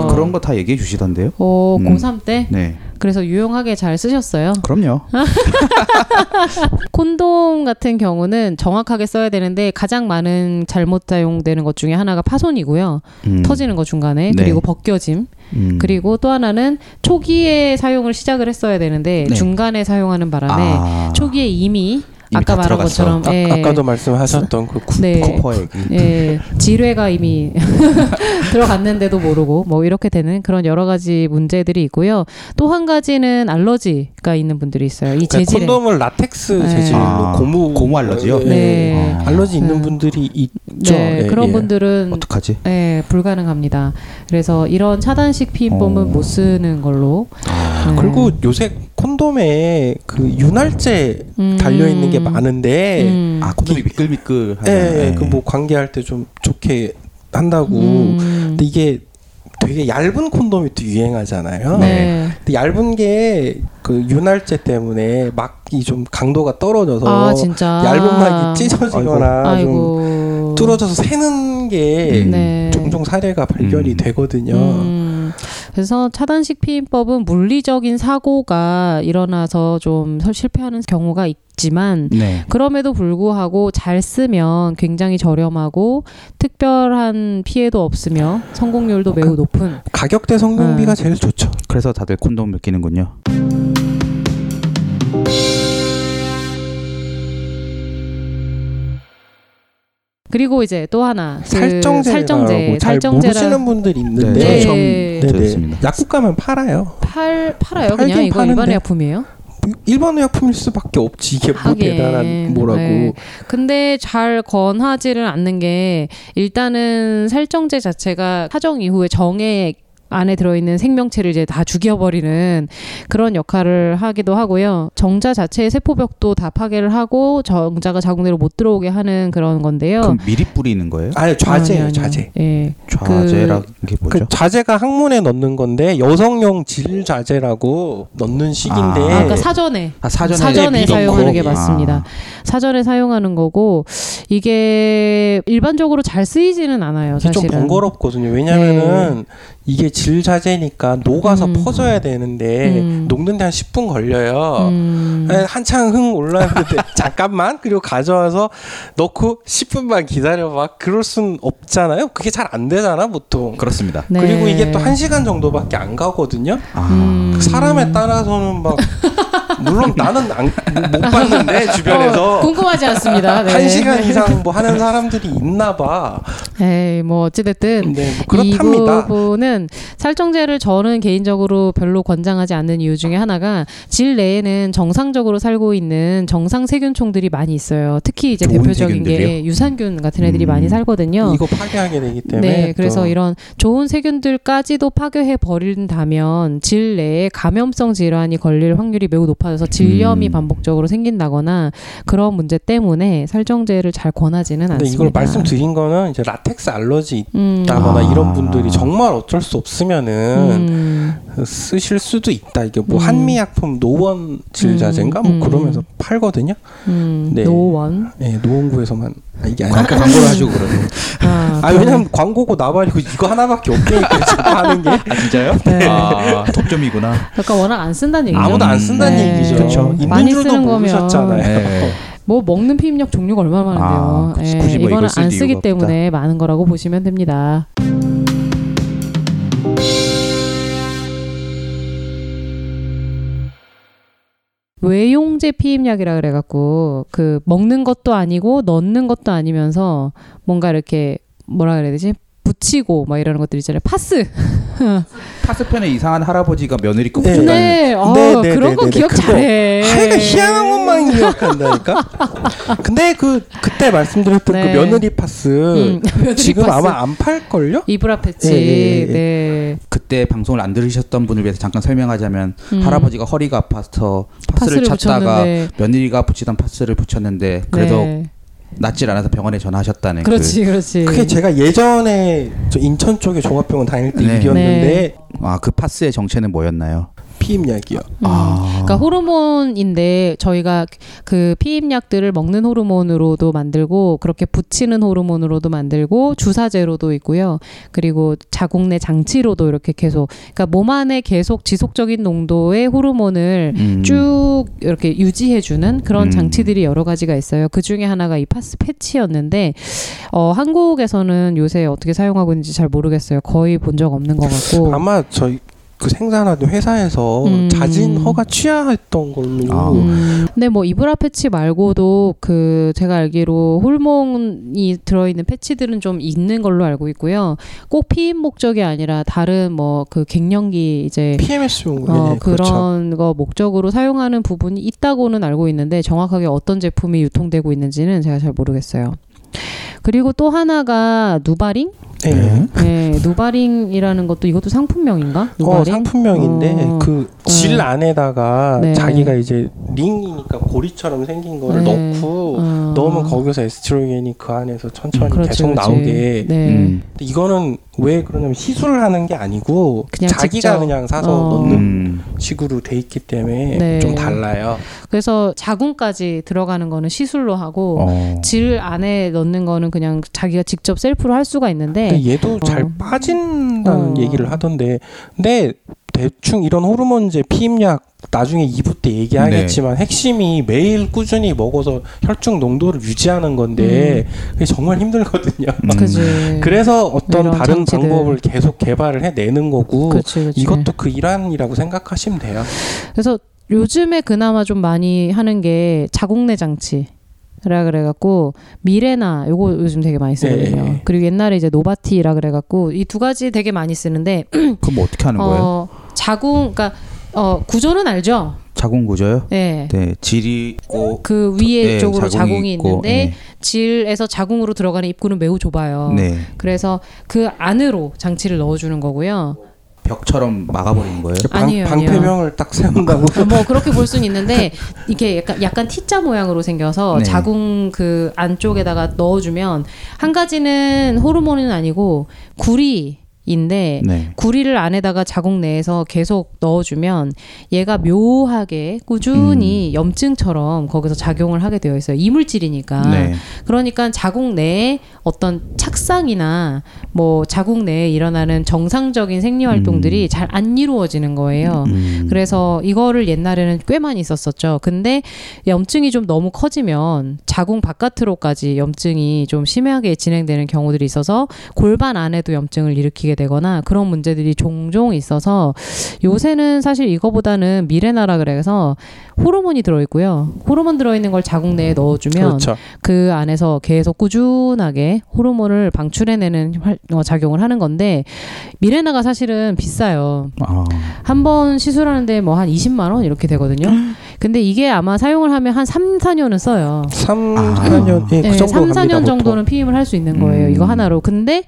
Speaker 6: 때 그런 거 다 얘기해 주시던데요.
Speaker 3: 어,
Speaker 6: 음.
Speaker 3: 고3 때?
Speaker 6: 네,
Speaker 3: 그래서 유용하게 잘 쓰셨어요.
Speaker 6: 그럼요.
Speaker 3: 콘돔 같은 경우는 정확하게 써야 되는데 가장 많은 잘못 사용되는 것 중에 하나가 파손이고요.
Speaker 6: 음,
Speaker 3: 터지는 것 중간에.
Speaker 6: 네.
Speaker 3: 그리고 벗겨짐.
Speaker 6: 음.
Speaker 3: 그리고 또 하나는 초기에 사용을 시작을 했어야 되는데
Speaker 6: 네.
Speaker 3: 중간에 사용하는 바람에
Speaker 6: 아,
Speaker 3: 초기에 이미
Speaker 6: 이미
Speaker 3: 아까
Speaker 6: 다
Speaker 3: 말한
Speaker 6: 들어갔어.
Speaker 3: 것처럼
Speaker 5: 아,
Speaker 3: 예.
Speaker 5: 아까도 말씀하셨던 그 구,
Speaker 3: 네.
Speaker 6: 코퍼 얘기.
Speaker 3: 예, 지뢰가 이미 들어갔는데도 모르고 뭐 이렇게 되는 그런 여러 가지 문제들이 있고요. 또 한 가지는 알러지가 있는 분들이 있어요. 이
Speaker 5: 그러니까
Speaker 3: 재질에.
Speaker 5: 콘돔을 라텍스
Speaker 3: 네.
Speaker 5: 재질로
Speaker 6: 아,
Speaker 5: 고무
Speaker 6: 고무 알러지요?
Speaker 5: 예.
Speaker 3: 네.
Speaker 6: 어.
Speaker 5: 알러지 있는
Speaker 3: 음.
Speaker 5: 분들이 있죠.
Speaker 3: 네,
Speaker 5: 예,
Speaker 3: 그런
Speaker 5: 예.
Speaker 3: 분들은
Speaker 6: 음, 어떡하지?
Speaker 3: 예, 불가능합니다. 그래서 이런 차단식
Speaker 6: 어.
Speaker 3: 피임법은 못 쓰는 걸로. 네.
Speaker 5: 아, 그리고 요새 콘돔에 그 윤활제
Speaker 3: 음.
Speaker 5: 달려 있는 게 많은데
Speaker 3: 음.
Speaker 6: 아 콘돔이 네, 미끌미끌.
Speaker 5: 예, 예, 그뭐 관계할 때 좀 좋게 한다고.
Speaker 3: 음.
Speaker 5: 근데 이게 되게 얇은 콘돔이 또 유행하잖아요.
Speaker 3: 네.
Speaker 5: 근데 얇은 게 그 윤활제 때문에 막 이 좀 강도가 떨어져서
Speaker 3: 아, 진짜.
Speaker 5: 얇은 막이 찢어지거나 좀
Speaker 3: 아이고.
Speaker 5: 뚫어져서 새는 게
Speaker 3: 네.
Speaker 5: 종종 사례가 발견이
Speaker 6: 음.
Speaker 5: 되거든요.
Speaker 3: 음, 그래서 차단식 피임법은 물리적인 사고가 일어나서 좀 설- 실패하는 경우가 있지만
Speaker 6: 네.
Speaker 3: 그럼에도 불구하고 잘 쓰면 굉장히 저렴하고 특별한 피해도 없으며
Speaker 5: 아,
Speaker 3: 성공률도 매우
Speaker 5: 그
Speaker 3: 높은
Speaker 5: 가격대 성능비가
Speaker 3: 음.
Speaker 5: 제일 좋죠.
Speaker 6: 그래서 다들 콘돔을 끼는군요.
Speaker 3: 그리고 이제 또 하나 그
Speaker 5: 살정제라고
Speaker 3: 살정제
Speaker 5: 잘 모르시는 분들이 있는데
Speaker 6: 네.
Speaker 3: 네.
Speaker 6: 처음
Speaker 5: 네네.
Speaker 6: 들었습니다.
Speaker 3: 어.
Speaker 5: 약국 가면 팔아요.
Speaker 3: 팔 팔아요
Speaker 5: 팔긴
Speaker 3: 그냥 이거
Speaker 5: 파는데.
Speaker 3: 일반 의약품이에요?
Speaker 5: 일반 의약품일 수밖에 없지 이게 뭐
Speaker 3: 하긴.
Speaker 5: 대단한 뭐라고.
Speaker 3: 네. 근데 잘 권하지를 않는 게 일단은 살정제 자체가 사정 이후에 정액 안에 들어있는 생명체를 이제 다 죽여버리는 그런 역할을 하기도 하고요. 정자 자체의 세포벽도 다 파괴를 하고 정자가 자궁내로 못 들어오게 하는 그런 건데요.
Speaker 6: 그럼 미리 뿌리는 거예요?
Speaker 5: 아니
Speaker 3: 아니요,
Speaker 5: 좌제예요
Speaker 3: 아니요.
Speaker 5: 좌제. 네.
Speaker 3: 예.
Speaker 6: 좌제라는 게 뭐죠?
Speaker 5: 그 좌제가 항문에 넣는 건데 여성용 질 좌제라고 넣는 식인데
Speaker 6: 아,
Speaker 3: 아까 그러니까 사전에
Speaker 6: 아, 사전에,
Speaker 3: 사전에
Speaker 6: 미리
Speaker 3: 사용하는
Speaker 6: 넣고?
Speaker 3: 게 맞습니다.
Speaker 6: 아,
Speaker 3: 사전에 사용하는 거고 이게 일반적으로 잘 쓰이지는 않아요.
Speaker 5: 이게 좀
Speaker 3: 사실은. 네.
Speaker 5: 번거롭거든요. 왜냐면은 이게 질 좌제니까 녹아서
Speaker 3: 음.
Speaker 5: 퍼져야 되는데
Speaker 3: 음.
Speaker 5: 녹는데 한 10분 걸려요.
Speaker 3: 음.
Speaker 5: 에, 한창 흥 올라왔는데 잠깐만 그리고 가져와서 넣고 10분만 기다려봐 그럴 순 없잖아요 그게 잘 안 되잖아 보통
Speaker 6: 아, 그렇습니다.
Speaker 3: 네.
Speaker 5: 그리고 이게 또 1시간 정도밖에 안 가거든요 그
Speaker 6: 아,
Speaker 3: 음.
Speaker 5: 사람에 따라서는 막 물론 나는 안, 못 봤는데
Speaker 3: 어,
Speaker 5: 주변에서
Speaker 3: 궁금하지 않습니다. 네.
Speaker 5: 한 1시간 이상 뭐 하는 사람들이 있나 봐
Speaker 3: 에이, 뭐 어찌됐든
Speaker 5: 네, 뭐
Speaker 3: 이
Speaker 5: 그렇답니다
Speaker 3: 부분은 살정제를 저는 개인적으로 별로 권장하지 않는 이유 중에 하나가 질 내에는 정상적으로 살고 있는 정상 세균총들이 많이 있어요. 특히 이제
Speaker 6: 좋은
Speaker 3: 대표적인
Speaker 6: 세균들이요?
Speaker 3: 게 유산균 같은 애들이
Speaker 6: 음.
Speaker 3: 많이 살거든요.
Speaker 5: 이거 파괴하게 되기 때문에
Speaker 3: 네, 그래서
Speaker 5: 또
Speaker 3: 이런 좋은 세균들까지도 파괴해 버린다면 질 내에 감염성 질환이 걸릴 확률이 매우 높아져서 질염이
Speaker 6: 음.
Speaker 3: 반복적으로 생긴다거나 그런 문제 때문에 살정제를 잘 권하지는
Speaker 5: 근데
Speaker 3: 않습니다.
Speaker 5: 이걸 말씀드린 거는 이제 라텍스 알러지
Speaker 3: 음.
Speaker 5: 있다거나
Speaker 6: 아.
Speaker 5: 이런 분들이 정말 어쩔 수 없으면은
Speaker 3: 음.
Speaker 5: 쓰실 수도 있다. 이게 뭐
Speaker 3: 음.
Speaker 5: 한미약품 노원 질자제인가
Speaker 3: 음.
Speaker 5: 뭐 그러면서 팔거든요.
Speaker 3: 음,
Speaker 5: 네.
Speaker 3: 노원.
Speaker 5: 예, 노원구에서만 아, 이게 아니라.
Speaker 6: 광고, 광고를 하시고 그러네.
Speaker 3: 아,
Speaker 5: 아 왜냐면 광고고 나발이고 이거 하나밖에 없으니까 지금 하는 게
Speaker 6: 아, 진짜요?
Speaker 3: 네.
Speaker 6: 아, 독점이구나.
Speaker 3: 그러니까 워낙 안 쓴다는 얘기죠.
Speaker 5: 아무도 안 쓴다는
Speaker 3: 네.
Speaker 5: 얘기죠.
Speaker 3: 그쵸.
Speaker 5: 있는
Speaker 3: 많이
Speaker 5: 줄도 뭐
Speaker 3: 쓰는 거면.
Speaker 5: 모르셨잖아요.
Speaker 6: 네.
Speaker 3: 뭐 먹는 피임약 종류가 얼마나
Speaker 6: 아,
Speaker 3: 많은데요.
Speaker 6: 굳이-
Speaker 3: 예,
Speaker 6: 굳이 뭐
Speaker 3: 이거는
Speaker 6: 이걸 쓸
Speaker 3: 안
Speaker 6: 이유가
Speaker 3: 쓰기
Speaker 6: 없다.
Speaker 3: 때문에 많은 거라고 보시면 됩니다. 외용제 피임약이라 그래갖고 그 먹는 것도 아니고 넣는 것도 아니면서 뭔가 이렇게 뭐라 그래야 되지? 붙이고 막 이러는 것들 있잖아요. 파스.
Speaker 6: 파스편에 이상한 할아버지가 며느리 끄고
Speaker 5: 네.
Speaker 6: 쫓다니는
Speaker 3: 네, 어,
Speaker 5: 네, 네,
Speaker 3: 그런
Speaker 5: 네,
Speaker 3: 거
Speaker 5: 네,
Speaker 3: 기억
Speaker 5: 그거.
Speaker 3: 잘해.
Speaker 5: 하여간 희한한 것만 기억한다니까. 근데 그 그때 말씀드렸던
Speaker 3: 네.
Speaker 5: 그 며느리 파스
Speaker 3: 음, 며느리
Speaker 5: 지금
Speaker 3: 파스.
Speaker 5: 아마 안 팔걸요?
Speaker 3: 이브라 패치.
Speaker 5: 예, 예, 예.
Speaker 3: 네.
Speaker 6: 그때 방송을 안 들으셨던 분을 위해서 잠깐 설명하자면
Speaker 3: 음.
Speaker 6: 할아버지가 허리가 아파서 파스를, 찾다가 며느리가 붙이던 파스를 붙였는데 그래도
Speaker 3: 네.
Speaker 6: 낫질 않아서 병원에 전화하셨다는
Speaker 3: 그렇지, 그렇지.
Speaker 5: 네, 그게 제가 예전에 저 인천 쪽에 종합병원 다닐 때
Speaker 6: 네.
Speaker 5: 일이었는데
Speaker 6: 그, 아, 그 파스의 정체는 뭐였나요?
Speaker 5: 피임약이요.
Speaker 3: 음.
Speaker 6: 아.
Speaker 3: 그러니까 호르몬인데 저희가 그 피임약들을 먹는 호르몬으로도 만들고 그렇게 붙이는 호르몬으로도 만들고 주사제로도 있고요. 그리고 자궁 내 장치로도 이렇게 계속 그러니까 몸 안에 계속 지속적인 농도의 호르몬을
Speaker 6: 음.
Speaker 3: 쭉 이렇게 유지해주는 그런
Speaker 6: 음.
Speaker 3: 장치들이 여러 가지가 있어요. 그 중에 하나가 이 파스 패치였는데, 어, 한국에서는 요새 어떻게 사용하고 있는지 잘 모르겠어요. 거의 본 적 없는 것 같고.
Speaker 5: 아마 저희 그 생산하던 회사에서
Speaker 3: 음.
Speaker 5: 자진 허가 취하했던 걸로
Speaker 6: 아.
Speaker 3: 음, 근데 뭐 이브라 패치 말고도 그 제가 알기로 호르몬이 들어있는 패치들은 좀 있는 걸로 알고 있고요. 꼭 피임 목적이 아니라 다른 뭐 그 갱년기 이제
Speaker 5: PMS 용으
Speaker 3: 어,
Speaker 5: 예, 그렇죠.
Speaker 3: 그런 거 목적으로 사용하는 부분이 있다고는 알고 있는데 정확하게 어떤 제품이 유통되고 있는지는 제가 잘 모르겠어요. 그리고 또 하나가 누바링?
Speaker 5: 예.
Speaker 6: 네.
Speaker 3: 네, 누바링이라는 것도 이것도 상품명인가?
Speaker 5: 어,
Speaker 3: 누바링?
Speaker 5: 상품명인데
Speaker 3: 어.
Speaker 5: 그 질
Speaker 3: 네.
Speaker 5: 안에다가
Speaker 3: 네.
Speaker 5: 자기가 이제 링이니까 고리처럼 생긴 걸
Speaker 3: 네.
Speaker 5: 넣고
Speaker 3: 어. 그렇죠,
Speaker 5: 넣으면 거기서 에스트로겐이 그 안에서 천천히
Speaker 3: 그렇지,
Speaker 5: 계속
Speaker 3: 그렇지.
Speaker 5: 나오게
Speaker 3: 네.
Speaker 6: 음.
Speaker 5: 근데 이거는 왜 그러냐면 시술을 하는 게 아니고
Speaker 3: 그냥
Speaker 5: 자기가
Speaker 3: 직접.
Speaker 5: 그냥 사서
Speaker 3: 어.
Speaker 5: 넣는
Speaker 6: 음.
Speaker 5: 식으로 돼 있기 때문에
Speaker 3: 네.
Speaker 5: 좀 달라요.
Speaker 3: 그래서 자궁까지 들어가는 거는 시술로 하고
Speaker 6: 어.
Speaker 3: 질 안에 넣는 거는 그냥 자기가 직접 셀프로 할 수가 있는데
Speaker 5: 근데 얘도 잘
Speaker 3: 어.
Speaker 5: 빠진다는
Speaker 3: 어.
Speaker 5: 얘기를 하던데 근데 대충 이런 호르몬제 피임약 나중에 2부 때 얘기하겠지만 핵심이 매일 꾸준히 먹어서 혈중 농도를 유지하는 건데 그게 정말 힘들거든요.
Speaker 3: 그지
Speaker 5: 그래서 어떤
Speaker 3: 음. 네. 이런
Speaker 5: 다른
Speaker 3: 장치들.
Speaker 5: 방법을 계속 개발을 해내는 거고
Speaker 3: 그렇지 그렇지
Speaker 5: 이것도 그 일환이라고 생각하시면 돼요.
Speaker 3: 그래서 요즘에 그나마 좀 많이 하는 게 자궁내 장치. 라 그래갖고 미레나 요거 요즘 되게 많이 쓰거든요.
Speaker 6: 네,
Speaker 5: 예, 예, 예.
Speaker 3: 그리고 옛날에 이제 노바티라 그래갖고 이 두 가지 되게 많이 쓰는데
Speaker 6: 음. 그럼 뭐 어떻게 하는 거예요?
Speaker 3: 어 자궁 그러니까 어 구조는 알죠.
Speaker 6: 자궁 구조요?
Speaker 3: 예.
Speaker 6: 네, 질이 있고
Speaker 3: 그 위에
Speaker 6: 네,
Speaker 3: 쪽으로 자궁이,
Speaker 6: 있고,
Speaker 3: 있는데 질에서 자궁으로 들어가는 입구는 매우 좁아요.
Speaker 6: 네. 네.
Speaker 3: 그래서 그 안으로 장치를 넣어주는 거고요.
Speaker 6: 벽처럼 막아버리는 거예요.
Speaker 5: 방,
Speaker 3: 아니에요, 아니에요.
Speaker 5: 방패병을 딱 세운다고
Speaker 3: 어, 뭐 그렇게 볼 수는 있는데 이게 약간 약간 T자 모양으로 생겨서
Speaker 6: 네.
Speaker 3: 자궁 그 안쪽에다가 넣어주면 한 가지는 호르몬은 아니고 구리인데
Speaker 6: 네.
Speaker 3: 구리를 안에다가 자궁 내에서 계속 넣어주면 얘가 묘하게
Speaker 6: 음.
Speaker 3: 꾸준히 염증처럼 거기서 작용을 하게 되어 있어요 이물질이니까
Speaker 6: 네.
Speaker 3: 그러니까 자궁 내에 어떤 착상이나 뭐 자궁 내에 일어나는 정상적인 생리 활동들이 잘 안 이루어지는 거예요.
Speaker 6: 음.
Speaker 3: 그래서 이거를 옛날에는 꽤 많이 있었었죠. 근데 염증이 좀 너무 커지면 자궁 바깥으로까지 염증이 좀 심하게 진행되는 경우들이 있어서 골반 안에도 염증을 일으키게 되거나 그런 문제들이 종종 있어서 요새는 사실 이거보다는 미레나라 그래서 호르몬이 들어있고요. 호르몬 들어있는 걸 자궁 내에 넣어주면
Speaker 5: 그렇죠.
Speaker 3: 그 안에서 계속 꾸준하게 호르몬을 방출해내는 활- 어, 작용을 하는 건데 미레나가 사실은 비싸요.
Speaker 6: 아.
Speaker 3: 한 번 시술하는데 뭐 한 20만 원 이렇게 되거든요. 근데 이게 아마 사용을 하면 한 3, 4년은 써요.
Speaker 5: 3,
Speaker 6: 아.
Speaker 5: 4년 예, 그 정도
Speaker 3: 3, 네, 4년
Speaker 5: 갑니다, 보통.
Speaker 3: 정도는 피임을 할 수 있는 거예요.
Speaker 6: 음.
Speaker 3: 이거 하나로. 근데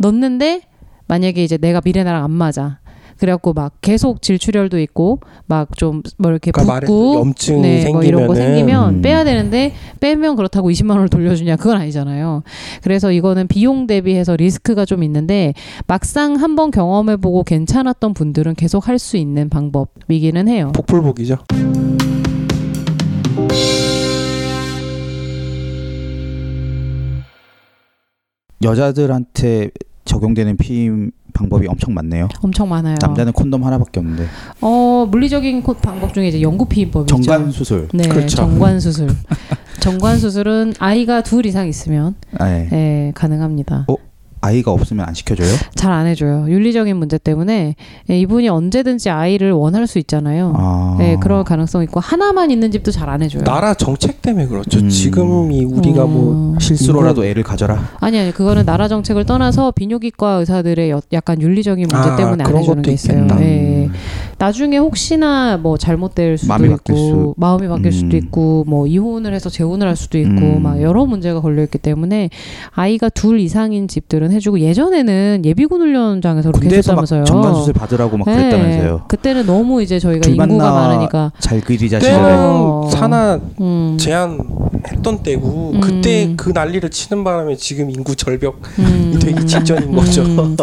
Speaker 3: 넣는데 만약에 이제 내가 미레나랑 안 맞아. 그래갖고 막 계속 질출혈도 있고 막 좀 뭐 이렇게
Speaker 5: 그러니까 말해
Speaker 3: 붓고
Speaker 5: 염증이
Speaker 3: 네,
Speaker 5: 생기면은
Speaker 3: 뭐 이런 거 생기면
Speaker 6: 음.
Speaker 3: 빼야 되는데 빼면 그렇다고 20만 원을 돌려주냐 그건 아니잖아요. 그래서 이거는 비용 대비해서 리스크가 좀 있는데 막상 한번 경험해보고 괜찮았던 분들은 계속 할 수 있는 방법이기는 해요.
Speaker 5: 복불복이죠.
Speaker 6: 여자들한테 적용되는 피임 방법이 엄청 많네요.
Speaker 3: 엄청 많아요.
Speaker 6: 남자는 콘돔 하나밖에 없는데
Speaker 3: 어 물리적인 코- 방법 중에 이제 연구 피임법이 있죠.
Speaker 6: 정관 수술.
Speaker 3: 네,
Speaker 5: 그렇죠.
Speaker 3: 정관 수술. 정관 수술은 아이가 둘 이상 있으면
Speaker 6: 아, 예.
Speaker 3: 예, 가능합니다.
Speaker 6: 아이가 없으면 안 시켜줘요?
Speaker 3: 잘 안 해줘요. 윤리적인 문제 때문에 예, 이분이 언제든지 아이를 원할 수 있잖아요.
Speaker 6: 아.
Speaker 3: 네, 그럴 가능성 있고 하나만 있는 집도 잘 안 해줘요.
Speaker 5: 나라 정책 때문에 그렇죠.
Speaker 6: 음.
Speaker 5: 지금이 우리가 뭐
Speaker 3: 어.
Speaker 6: 실수로라도 애를 가져라.
Speaker 3: 아니 아니 그거는 나라 정책을 떠나서 비뇨기과 의사들의 여- 약간 윤리적인 문제
Speaker 5: 아,
Speaker 3: 때문에 안
Speaker 5: 그런
Speaker 3: 해주는
Speaker 5: 것도
Speaker 3: 게 있어요.
Speaker 5: 있겠다.
Speaker 3: 예. 나중에 혹시나 뭐 잘못될 수도
Speaker 6: 음. 마음이
Speaker 3: 있고
Speaker 6: 바뀔 수-
Speaker 3: 마음이 바뀔 수도
Speaker 6: 음.
Speaker 3: 있고 뭐 이혼을 해서 재혼을 할 수도 있고
Speaker 6: 음.
Speaker 3: 막 여러 문제가 걸려 있기 때문에 아이가 둘 이상인 집들은 해주고 예전에는 예비군 훈련장에서 그렇게
Speaker 6: 군대에서 막
Speaker 3: 했었다면서요.
Speaker 6: 정관 수술 받으라고 막 그랬다면서요.
Speaker 3: 예, 그때는 너무 이제 저희가
Speaker 6: 둘만
Speaker 3: 인구가
Speaker 6: 낳아-
Speaker 3: 많으니까
Speaker 6: 잘 그리자
Speaker 5: 때는
Speaker 6: 시절에.
Speaker 3: 어.
Speaker 5: 산하
Speaker 3: 음,
Speaker 5: 제한했던 때고
Speaker 3: 음.
Speaker 5: 그때 그 난리를 치는 바람에 지금 인구 절벽이
Speaker 3: 음.
Speaker 5: 되기 직전인 거죠.
Speaker 3: 음.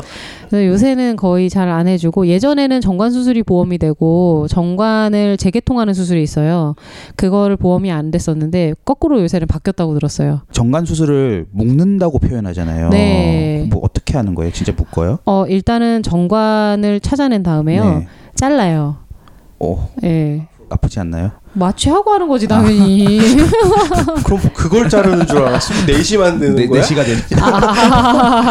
Speaker 3: 그래서 요새는 거의 잘 안 해주고 예전에는 정관 수술이 보험이 되고 정관을 재개통하는 수술이 있어요. 그거를 보험이 안 됐었는데 거꾸로 요새는 바뀌었다고 들었어요.
Speaker 6: 정관 수술을 묶는다고 표현하잖아요.
Speaker 3: 네.
Speaker 6: 뭐 어떻게 하는 거예요? 진짜 묶어요?
Speaker 3: 어 일단은 정관을 찾아낸 다음에요.
Speaker 6: 네.
Speaker 3: 잘라요.
Speaker 6: 어,
Speaker 3: 예.
Speaker 6: 아프지 않나요?
Speaker 3: 마취하고 하는 거지 당연히.
Speaker 5: 그럼 뭐 그걸 자르는 줄 알았어. 4시 만드는
Speaker 6: 네,
Speaker 5: 거야?
Speaker 6: 4시가 되니까.
Speaker 3: 아,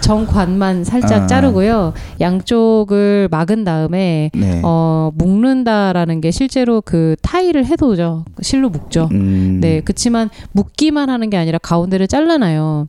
Speaker 3: 정관만 살짝
Speaker 6: 아.
Speaker 3: 자르고요. 양쪽을 막은 다음에
Speaker 6: 네.
Speaker 3: 어 묶는다라는 게 실제로 그 타이를 해도죠. 실로 묶죠.
Speaker 6: 음.
Speaker 3: 네, 그치만 묶기만 하는 게 아니라 가운데를 잘라놔요.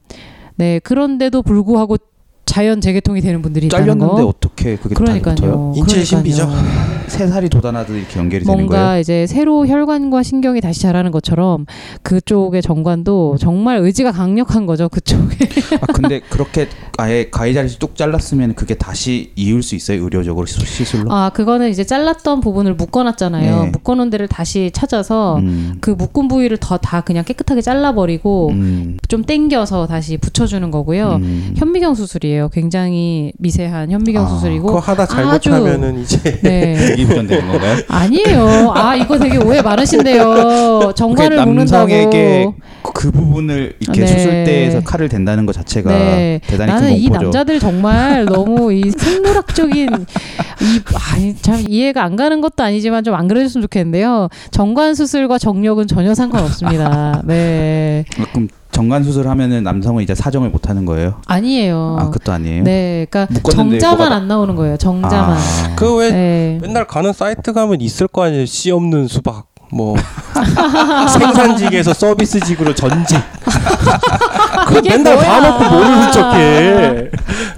Speaker 3: 네, 그런데도 불구하고 자연 재개통이 되는 분들이 있다는 거.
Speaker 6: 잘렸는데 어떻게 그게 다 붙어요?
Speaker 3: 그러니까요.
Speaker 5: 인체의 신비죠.
Speaker 3: 그러니까요.
Speaker 6: 새 살이 돋아나듯 이렇게 연결이 되는 거예요?
Speaker 3: 뭔가 이제 새로 혈관과 신경이 다시 자라는 것처럼 그쪽의 정관도 정말 의지가 강력한 거죠. 그쪽에.
Speaker 6: 아, 근데 그렇게 아예 가해자를 뚝 잘랐으면 그게 다시 이을 수 있어요? 의료적으로 시- 시술로?
Speaker 3: 아, 그거는 이제 잘랐던 부분을 묶어놨잖아요.
Speaker 6: 네.
Speaker 3: 묶어놓은 데를 다시 찾아서
Speaker 6: 음.
Speaker 3: 그 묶은 부위를 더 다 그냥 깨끗하게 잘라버리고
Speaker 6: 음.
Speaker 3: 좀 땡겨서 다시 붙여주는 거고요.
Speaker 6: 음.
Speaker 3: 현미경 수술이에요. 굉장히 미세한 현미경
Speaker 6: 아,
Speaker 5: 그거
Speaker 3: 수술이고.
Speaker 5: 하다 잘못하면은 이제
Speaker 3: 네.
Speaker 6: 이게 부전되는 건가요?
Speaker 3: 아니에요. 아 이거 되게 오해 많으신데요. 정관을
Speaker 6: 그게
Speaker 3: 묶는다고.
Speaker 6: 남성에게 그 부분을 이렇게
Speaker 3: 네.
Speaker 6: 수술대에서 칼을 댄다는 것 자체가
Speaker 3: 네.
Speaker 6: 대단히
Speaker 3: 나는
Speaker 6: 큰
Speaker 3: 이
Speaker 6: 공포죠.
Speaker 3: 남자들 정말 너무 이 생물학적인 이 아이 참 이해가 안 가는 것도 아니지만 좀 안 그래줬으면 좋겠는데요. 정관 수술과 정력은 전혀 상관없습니다. 네.
Speaker 6: 그럼 정관 수술하면은 남성은 이제 사정을 못 하는 거예요?
Speaker 3: 아니에요.
Speaker 6: 아, 그것도 아니에요.
Speaker 3: 어. 네. 그러니까
Speaker 6: 묶었는데 뭐가
Speaker 3: 정자만
Speaker 6: 나-
Speaker 3: 안 나오는 거예요. 정자만.
Speaker 6: 아,
Speaker 5: 그 왜
Speaker 3: 네.
Speaker 5: 맨날 가는 사이트 가면 있을 거 아니에요. 씨 없는 수박. 뭐
Speaker 3: 아.
Speaker 5: 생산직에서 서비스직으로 전직. 그
Speaker 3: 이게
Speaker 5: 맨날
Speaker 3: 뭐야? 아.
Speaker 5: 봐놓고 모르는 척해.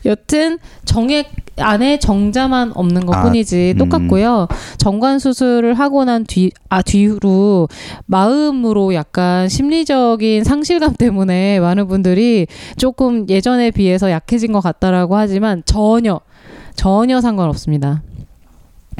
Speaker 3: 여튼 정액 안에 정자만 없는
Speaker 6: 아,
Speaker 3: 것뿐이지
Speaker 6: 음.
Speaker 3: 똑같고요. 정관 수술을 하고 난 뒤 아 뒤로 마음으로 약간 심리적인 상실감 때문에 많은 분들이 조금 예전에 비해서 약해진 것 같다라고 하지만 전혀 전혀 상관없습니다.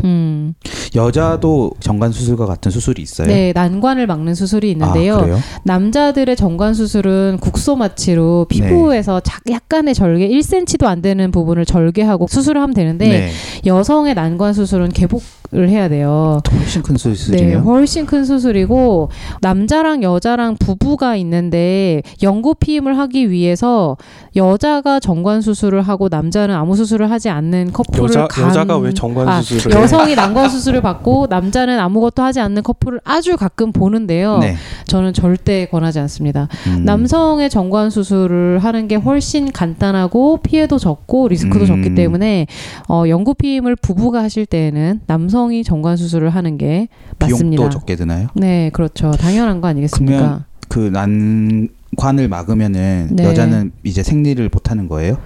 Speaker 3: 음,
Speaker 6: 여자도 정관 수술과 같은 수술이 있어요?
Speaker 3: 네 난관을 막는 수술이 있는데요.
Speaker 6: 아, 그래요?
Speaker 3: 남자들의 정관 수술은 국소 마취로
Speaker 6: 네.
Speaker 3: 피부에서 자- 약간의 절개 1cm도 안 되는 부분을 절개하고 수술을 하면 되는데
Speaker 6: 네.
Speaker 3: 여성의 난관 수술은 개복을 해야 돼요.
Speaker 6: 훨씬 큰
Speaker 3: 네,
Speaker 6: 수술이에요.
Speaker 3: 훨씬 큰 수술이고 남자랑 여자랑 부부가 있는데 연고 피임을 하기 위해서 여자가 정관 수술을 하고 남자는 아무 수술을 하지 않는 커플을
Speaker 5: 여자
Speaker 3: 간-
Speaker 5: 여자가 왜 정관
Speaker 3: 아,
Speaker 5: 수술을? 해?
Speaker 3: 여성이 난관 수술을 받고 남자는 아무것도 하지 않는 커플을 아주 가끔 보는데요.
Speaker 6: 네.
Speaker 3: 저는 절대 권하지 않습니다.
Speaker 6: 음.
Speaker 3: 남성의 정관 수술을 하는 게 훨씬 간단하고 피해도 적고 리스크도
Speaker 6: 음.
Speaker 3: 적기 때문에 어, 연구 피임을 부부가 하실 때에는 남성이 정관 수술을 하는 게 맞습니다.
Speaker 6: 비용도 적게 드나요?
Speaker 3: 네, 그렇죠. 당연한 거 아니겠습니까?
Speaker 6: 그 난관을 막으면은
Speaker 3: 네.
Speaker 6: 여자는 이제 생리를 못 하는 거예요?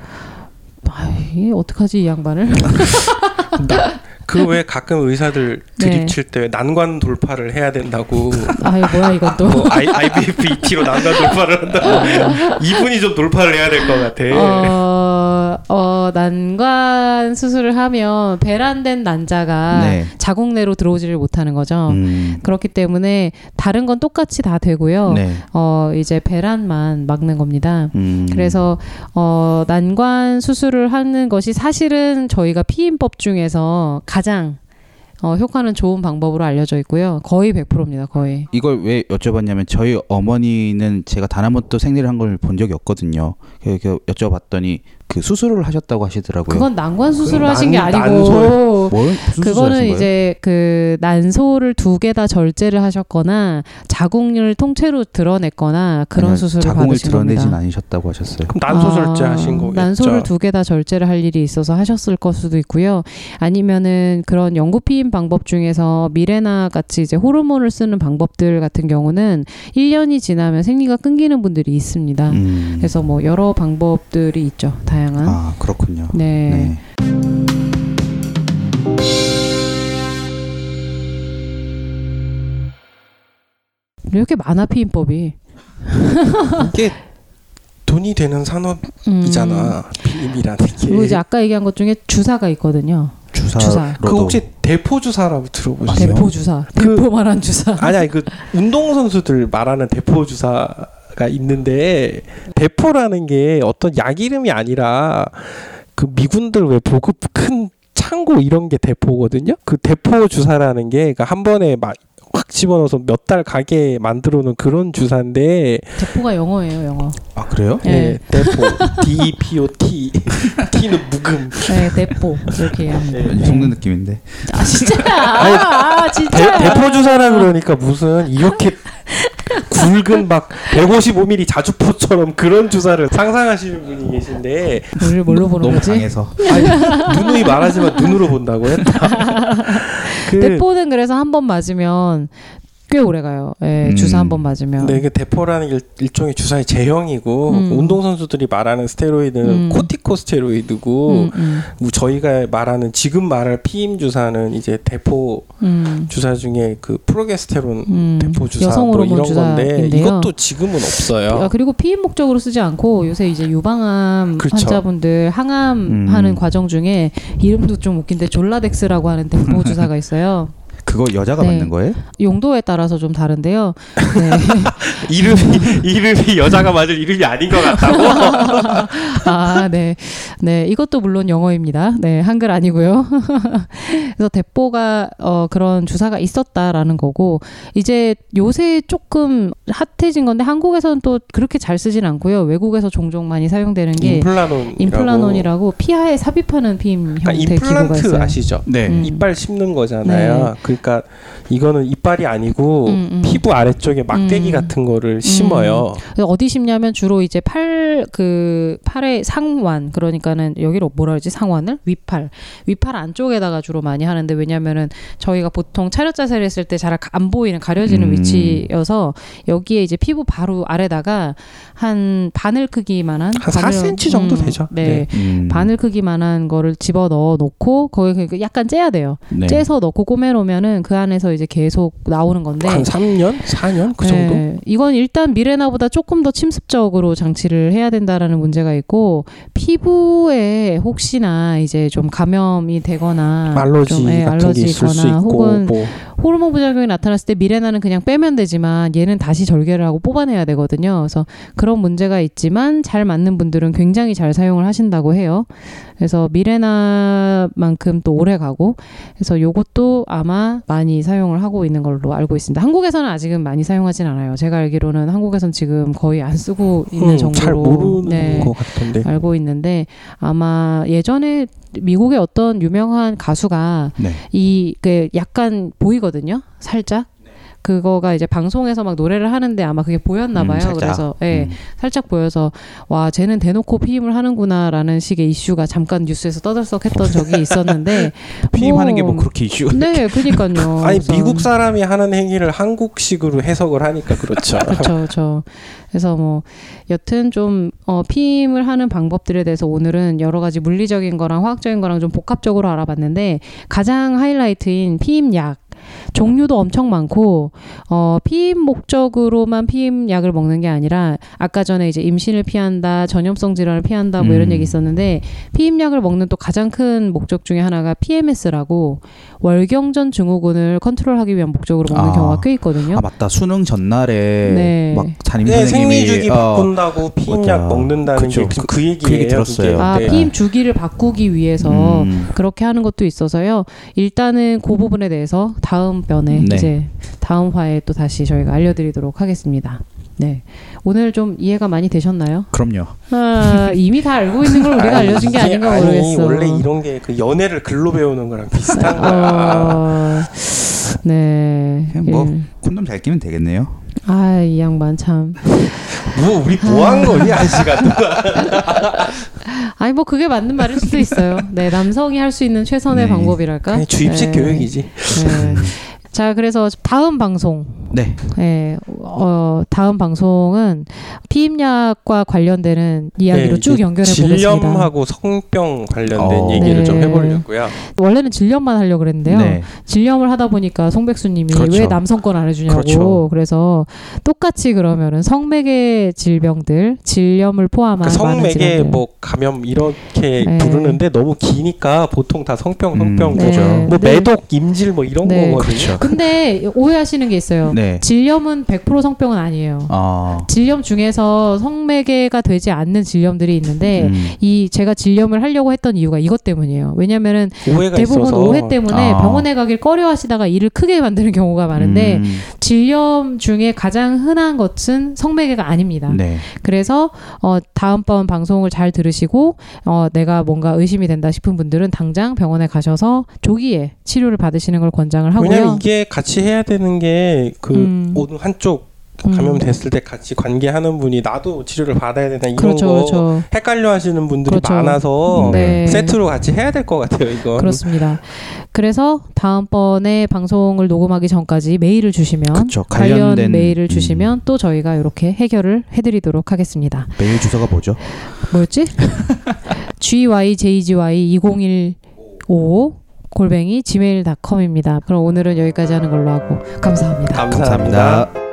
Speaker 3: 아이, 어떡하지 이 양반을?
Speaker 5: 그 왜 가끔 의사들
Speaker 3: 네.
Speaker 5: 드립칠 때 난관 돌파를 해야 된다고.
Speaker 3: 아이 뭐야 이것도.
Speaker 5: 뭐 I, IBF ET로 난관 돌파를 한다고. 이분이 좀 돌파를 해야 될 것
Speaker 6: 네.
Speaker 5: 같아.
Speaker 3: 어, 어, 난관 수술을 하면 배란된 난자가
Speaker 6: 네.
Speaker 3: 자궁 내로 들어오지를 못하는 거죠.
Speaker 6: 음.
Speaker 3: 그렇기 때문에 다른 건 똑같이 다 되고요.
Speaker 6: 네.
Speaker 3: 어, 이제 배란만 막는 겁니다.
Speaker 6: 음.
Speaker 3: 그래서 어, 난관 수술을 하는 것이 사실은 저희가 피임법 중에서 가장 어, 효과는 좋은 방법으로 알려져 있고요. 거의 100%입니다. 거의.
Speaker 6: 이걸 왜 여쭤봤냐면 저희 어머니는 제가 단 한 번도 생리를 한 걸 본 적이 없거든요. 그래서 여쭤봤더니 그 수술을 하셨다고 하시더라고요.
Speaker 3: 그건 난관 수술을
Speaker 5: 난-
Speaker 3: 하신 게 아니고
Speaker 5: 난소요?
Speaker 6: 뭘 무슨 수술을 하신
Speaker 3: 그거는
Speaker 6: 거예요?
Speaker 3: 이제 그 난소를 두 개 다 절제를 하셨거나 자궁을 통째로 드러냈거나 그런
Speaker 6: 아니면
Speaker 3: 수술을
Speaker 6: 네, 자궁을
Speaker 3: 받으신
Speaker 6: 드러내진
Speaker 3: 겁니다.
Speaker 6: 않으셨다고 하셨어요.
Speaker 5: 그럼 난소절제
Speaker 3: 아,
Speaker 5: 하신 거겠죠.
Speaker 3: 난소를 두 개 다 절제를 할 일이 있어서 하셨을 것 수도 있고요. 아니면은 그런 연구 피임 방법 중에서 미레나 같이 이제 호르몬을 쓰는 방법들 같은 경우는 1년이 지나면 생리가 끊기는 분들이 있습니다.
Speaker 6: 음.
Speaker 3: 그래서 뭐 여러 방법들이 있죠. 다양한.
Speaker 6: 아 그렇군요.
Speaker 3: 네.
Speaker 6: 네.
Speaker 3: 이렇게 많아 피임법이.
Speaker 5: 이게 돈이 되는
Speaker 3: 음.
Speaker 5: 산업이잖아. 비임이라는
Speaker 3: 그리고 이제
Speaker 5: 게.
Speaker 3: 아까 얘기한 것 중에 주사가 있거든요.
Speaker 6: 주사.
Speaker 3: 주사.
Speaker 5: 그 혹시 대포 주사라고 들어보셨어요?
Speaker 3: 대포 주사.
Speaker 5: 그-
Speaker 3: 대포 말한 주사.
Speaker 5: 아니야 그 운동 선수들 말하는 대포 주사가 있는데 대포라는 게 어떤 약 이름이 아니라 그 미군들 왜 보급 큰 창고 이런 게 대포거든요. 그 대포 주사라는 게한 번에 막 확 집어넣어서 몇 달 가게 만들어 놓은 그런 주사인데 네,
Speaker 3: 대포가 영어예요, 영어.
Speaker 6: 아 그래요?
Speaker 3: 예.
Speaker 5: 예, 대포 D E P O T 튀는 묵음.
Speaker 3: 네, 대포 이렇게 합니다.
Speaker 5: 네.
Speaker 6: 왠지 속는 느낌인데.
Speaker 3: 아 진짜, 아
Speaker 5: 대,
Speaker 3: 진짜.
Speaker 5: 대포 주사라 그러니까 무슨 이렇게 굵은 막 155mm 자주포처럼 그런 주사를 상상하시는 분이 계신데
Speaker 3: 우리를 뭘로 보는
Speaker 6: 너무
Speaker 3: 거지?
Speaker 6: 강해서.
Speaker 5: 아니, 누누이 말하지만 눈으로 본다고 했다. 그,
Speaker 3: 대포는 그래서 한 번 맞으면 꽤 오래 가요. 예,
Speaker 6: 음.
Speaker 3: 주사 한 번 맞으면.
Speaker 5: 네, 그 대포라는 게 일, 종의 주사의 제형이고
Speaker 3: 음.
Speaker 5: 운동 선수들이 말하는 스테로이드는
Speaker 3: 음.
Speaker 5: 코티코스테로이드고
Speaker 3: 음, 음,
Speaker 5: 뭐 저희가 말하는 지금 말할 피임 주사는 이제 대포
Speaker 3: 음,
Speaker 5: 주사 중에 그 프로게스테론
Speaker 3: 음.
Speaker 5: 대포 주사
Speaker 3: 여성
Speaker 5: 뭐
Speaker 3: 호르몬
Speaker 5: 이런 건데
Speaker 3: 주사인데요.
Speaker 5: 이것도 지금은 없어요.
Speaker 3: 아, 그리고 피임 목적으로 쓰지 않고 요새 이제 유방암
Speaker 5: 그렇죠.
Speaker 3: 환자분들
Speaker 6: 음.
Speaker 3: 항암하는 과정 중에 이름도 좀 웃긴데 졸라덱스라고 하는 대포 주사가 있어요.
Speaker 6: 그거 여자가
Speaker 3: 네.
Speaker 6: 맞는 거예요?
Speaker 3: 용도에 따라서 좀 다른데요. 네.
Speaker 5: 이름이 이름이 여자가 맞을 이름이 아닌 것 같다고.
Speaker 3: 아, 네. 네. 이것도 물론 영어입니다. 네. 한글 아니고요. 그래서 대포가 어, 그런 주사가 있었다라는 거고 이제 요새 조금 핫해진 건데 한국에서는 또 그렇게 잘 쓰진 않고요. 외국에서 종종 많이 사용되는 게
Speaker 5: 임플라논.
Speaker 3: 예, 임플라논이라고 피하에 삽입하는 피임
Speaker 5: 그러니까
Speaker 3: 형태 기구가
Speaker 5: 임플란트
Speaker 3: 있어요.
Speaker 5: 아시죠?
Speaker 6: 네.
Speaker 3: 음. 네.
Speaker 5: 이빨 씹는 거잖아요. 그러니까 이거는 이빨이 아니고
Speaker 3: 음, 음.
Speaker 5: 피부 아래쪽에 막대기
Speaker 3: 음.
Speaker 5: 같은 거를 심어요.
Speaker 3: 그래서 어디 심냐면 주로 이제 팔 그 팔의 상완 그러니까는 여기로 뭐라 그러지 상완을 위팔 위팔 안쪽에다가 주로 많이 하는데 왜냐면은 저희가 보통 차렷 자세를 했을 때 잘 안 보이는 가려지는
Speaker 6: 음.
Speaker 3: 위치여서 여기에 이제 피부 바로 아래다가 한 바늘 크기만한
Speaker 5: 한
Speaker 3: 바늘-
Speaker 5: 4cm 정도 되죠.
Speaker 3: 네.
Speaker 6: 음.
Speaker 3: 바늘 크기만한 거를 집어 넣어 놓고 거기에 그러니까 약간 째야 돼요.
Speaker 6: 네.
Speaker 3: 째서 넣고 꼬매놓으면은 그 안에서 이제 계속 나오는 건데
Speaker 5: 한 3년, 4년 그
Speaker 3: 네,
Speaker 5: 정도.
Speaker 3: 이건 일단 미레나보다 조금 더 침습적으로 장치를 해야 된다라는 문제가 있고 피부에 혹시나 이제 좀 감염이 되거나
Speaker 5: 알러지
Speaker 3: 좀, 예,
Speaker 5: 같은 게 있을 수 있고
Speaker 3: 혹은
Speaker 5: 뭐
Speaker 3: 호르몬 부작용이 나타났을 때 미레나는 그냥 빼면 되지만 얘는 다시 절개를 하고 뽑아내야 되거든요. 그래서 그런 문제가 있지만 잘 맞는 분들은 굉장히 잘 사용을 하신다고 해요. 그래서 미레나만큼 또 오래 가고 그래서 요것도 아마 많이 사용을 하고 있는 걸로 알고 있습니다. 한국에서는 아직은 많이 사용하진 않아요. 제가 알기로는 한국에선 지금 거의 안 쓰고 있는
Speaker 5: 음,
Speaker 3: 정도로
Speaker 5: 잘 모르는
Speaker 3: 네.
Speaker 5: 것 같던데.
Speaker 3: 알고 있는데 아마 예전에 미국의 어떤 유명한 가수가
Speaker 6: 네.
Speaker 3: 이게 그 약간 보이거든요. 살짝. 그거가 이제 방송에서 막 노래를 하는데 아마 그게 보였나
Speaker 6: 음,
Speaker 3: 봐요.
Speaker 6: 살짝.
Speaker 3: 그래서 예.
Speaker 6: 음.
Speaker 3: 살짝 보여서 와, 쟤는 대놓고 피임을 하는구나라는 식의 이슈가 잠깐 뉴스에서 떠들썩했던 적이 있었는데
Speaker 6: 피임하는 게 뭐
Speaker 3: 뭐-
Speaker 6: 그렇게 이슈?
Speaker 3: 네, 그니까요.
Speaker 5: 아니 미국 사람이 하는 행위를 한국식으로 해석을 하니까 그렇죠.
Speaker 3: 그렇죠, 그렇죠. 그래서 뭐 여튼 좀 어, 피임을 하는 방법들에 대해서 오늘은 여러 가지 물리적인 거랑 화학적인 거랑 좀 복합적으로 알아봤는데 가장 하이라이트인 피임약. 종류도 엄청 많고 어 피임 목적으로만 피임약을 먹는 게 아니라 아까 전에 이제 임신을 피한다, 전염성 질환을 피한다 뭐 이런
Speaker 6: 음.
Speaker 3: 얘기 있었는데 피임약을 먹는 또 가장 큰 목적 중에 하나가 PMS라고 월경전 증후군을 컨트롤하기 위한 목적으로 먹는
Speaker 6: 아.
Speaker 3: 경우가 꽤 있거든요.
Speaker 6: 아 맞다. 수능 전날에
Speaker 3: 네.
Speaker 6: 막 담임
Speaker 5: 네,
Speaker 6: 선생님이
Speaker 5: 생리주기
Speaker 6: 어,
Speaker 5: 바꾼다고 피임약
Speaker 6: 맞아.
Speaker 5: 먹는다는
Speaker 6: 그쵸.
Speaker 5: 게 지금 그 얘기예요.
Speaker 6: 그 얘기 들었어요.
Speaker 5: 그게.
Speaker 3: 아,
Speaker 5: 네.
Speaker 3: 피임 주기를 바꾸기 위해서
Speaker 6: 음,
Speaker 3: 그렇게 하는 것도 있어서요. 일단은 그 부분에 대해서 다음 편에
Speaker 6: 네.
Speaker 3: 이제 다음 화에 또 다시 저희가 알려드리도록 하겠습니다. 네. 오늘 좀 이해가 많이 되셨나요?
Speaker 6: 그럼요.
Speaker 3: 아, 이미 다 알고 있는 걸 우리가
Speaker 5: 아니,
Speaker 3: 알려준 게
Speaker 5: 이게
Speaker 3: 아닌가 모르겠어. 아.
Speaker 5: 아니, 원래 이런 게 그 연애를 글로 배우는 거랑 비슷한
Speaker 3: 어,
Speaker 5: 거야.
Speaker 3: 네.
Speaker 6: 그냥 뭐.
Speaker 3: 예.
Speaker 6: 콘돔 잘 끼면 되겠네요.
Speaker 3: 아, 이 양반 참.
Speaker 5: 뭐 우리
Speaker 3: 아.
Speaker 5: 뭐 한 거니 한 시간 동안.
Speaker 3: 아니 뭐 그게 맞는 말일 수도 있어요. 네, 남성이 할 수 있는 최선의
Speaker 6: 네.
Speaker 3: 방법이랄까.
Speaker 5: 그냥 주입식
Speaker 3: 네.
Speaker 5: 교육이지.
Speaker 3: 네. 자, 그래서 다음 방송
Speaker 6: 네.
Speaker 3: 네, 어, 다음 방송은 피임약과 관련되는 이야기로
Speaker 5: 네,
Speaker 3: 쭉
Speaker 5: 이제
Speaker 3: 연결해 보겠습니다.
Speaker 5: 질염하고 성병 관련된
Speaker 6: 어.
Speaker 5: 얘기를 좀
Speaker 3: 네.
Speaker 5: 해보려고요.
Speaker 3: 원래는 질염만 하려고 그랬는데요.
Speaker 6: 네.
Speaker 3: 질염을 하다 보니까 송백수님이
Speaker 6: 그렇죠.
Speaker 3: 왜 남성권 안 해주냐고
Speaker 6: 그렇죠.
Speaker 3: 그래서 똑같이 그러면은 성매개 질병들 질염을 포함한
Speaker 5: 그러니까
Speaker 3: 많은
Speaker 5: 성맥의
Speaker 3: 질병들
Speaker 5: 뭐 감염 이렇게
Speaker 3: 네.
Speaker 5: 부르는데 너무 기니까 보통 다 성병 성병
Speaker 6: 음,
Speaker 5: 뭐,
Speaker 6: 그죠.
Speaker 3: 네.
Speaker 5: 뭐 매독 임질 뭐 이런
Speaker 3: 네.
Speaker 6: 그렇죠.
Speaker 5: 거거든요.
Speaker 3: 근데 오해하시는 게 있어요.
Speaker 6: 네.
Speaker 3: 질염은 100% 100% 성병은 아니에요.
Speaker 6: 아.
Speaker 3: 질염 중에서 성매개가 되지 않는 질염들이 있는데
Speaker 6: 음.
Speaker 3: 이 제가 질염을 하려고 했던 이유가 이것 때문이에요. 왜냐면은
Speaker 5: 그 오해가
Speaker 3: 대부분
Speaker 5: 있어서
Speaker 3: 오해 때문에
Speaker 6: 아.
Speaker 3: 병원에 가길 꺼려하시다가 일을 크게 만드는 경우가 많은데
Speaker 6: 음.
Speaker 3: 질염 중에 가장 흔한 것은 성매개가 아닙니다.
Speaker 6: 네.
Speaker 3: 그래서 어, 다음번 방송을 잘 들으시고 어, 내가 뭔가 의심이 된다 싶은 분들은 당장 병원에 가셔서 조기에 치료를 받으시는 걸 권장을
Speaker 5: 왜냐면
Speaker 3: 하고요.
Speaker 5: 이게 같이 해야 되는 게그
Speaker 3: 음.
Speaker 5: 어느 한쪽
Speaker 3: 음.
Speaker 5: 감염됐을 때 같이 관계하는 분이 나도 치료를 받아야 되나 이런
Speaker 3: 그렇죠,
Speaker 5: 거
Speaker 3: 그렇죠.
Speaker 5: 헷갈려 하시는 분들이
Speaker 3: 그렇죠.
Speaker 5: 많아서
Speaker 3: 네.
Speaker 5: 세트로 같이 해야 될 것 같아요 이거
Speaker 3: 그렇습니다. 그래서 다음번에 방송을 녹음하기 전까지 메일을 주시면
Speaker 6: 그쵸,
Speaker 3: 관련
Speaker 6: 관련된- 음.
Speaker 3: 메일을 주시면 또 저희가 이렇게 해결을 해드리도록 하겠습니다.
Speaker 6: 메일 주소가 뭐죠?
Speaker 3: 뭐였지? gyjgy2015 골뱅이 gmail.com입니다. 그럼 오늘은 여기까지 하는 걸로 하고 감사합니다.
Speaker 5: 감사합니다.
Speaker 6: 감사합니다.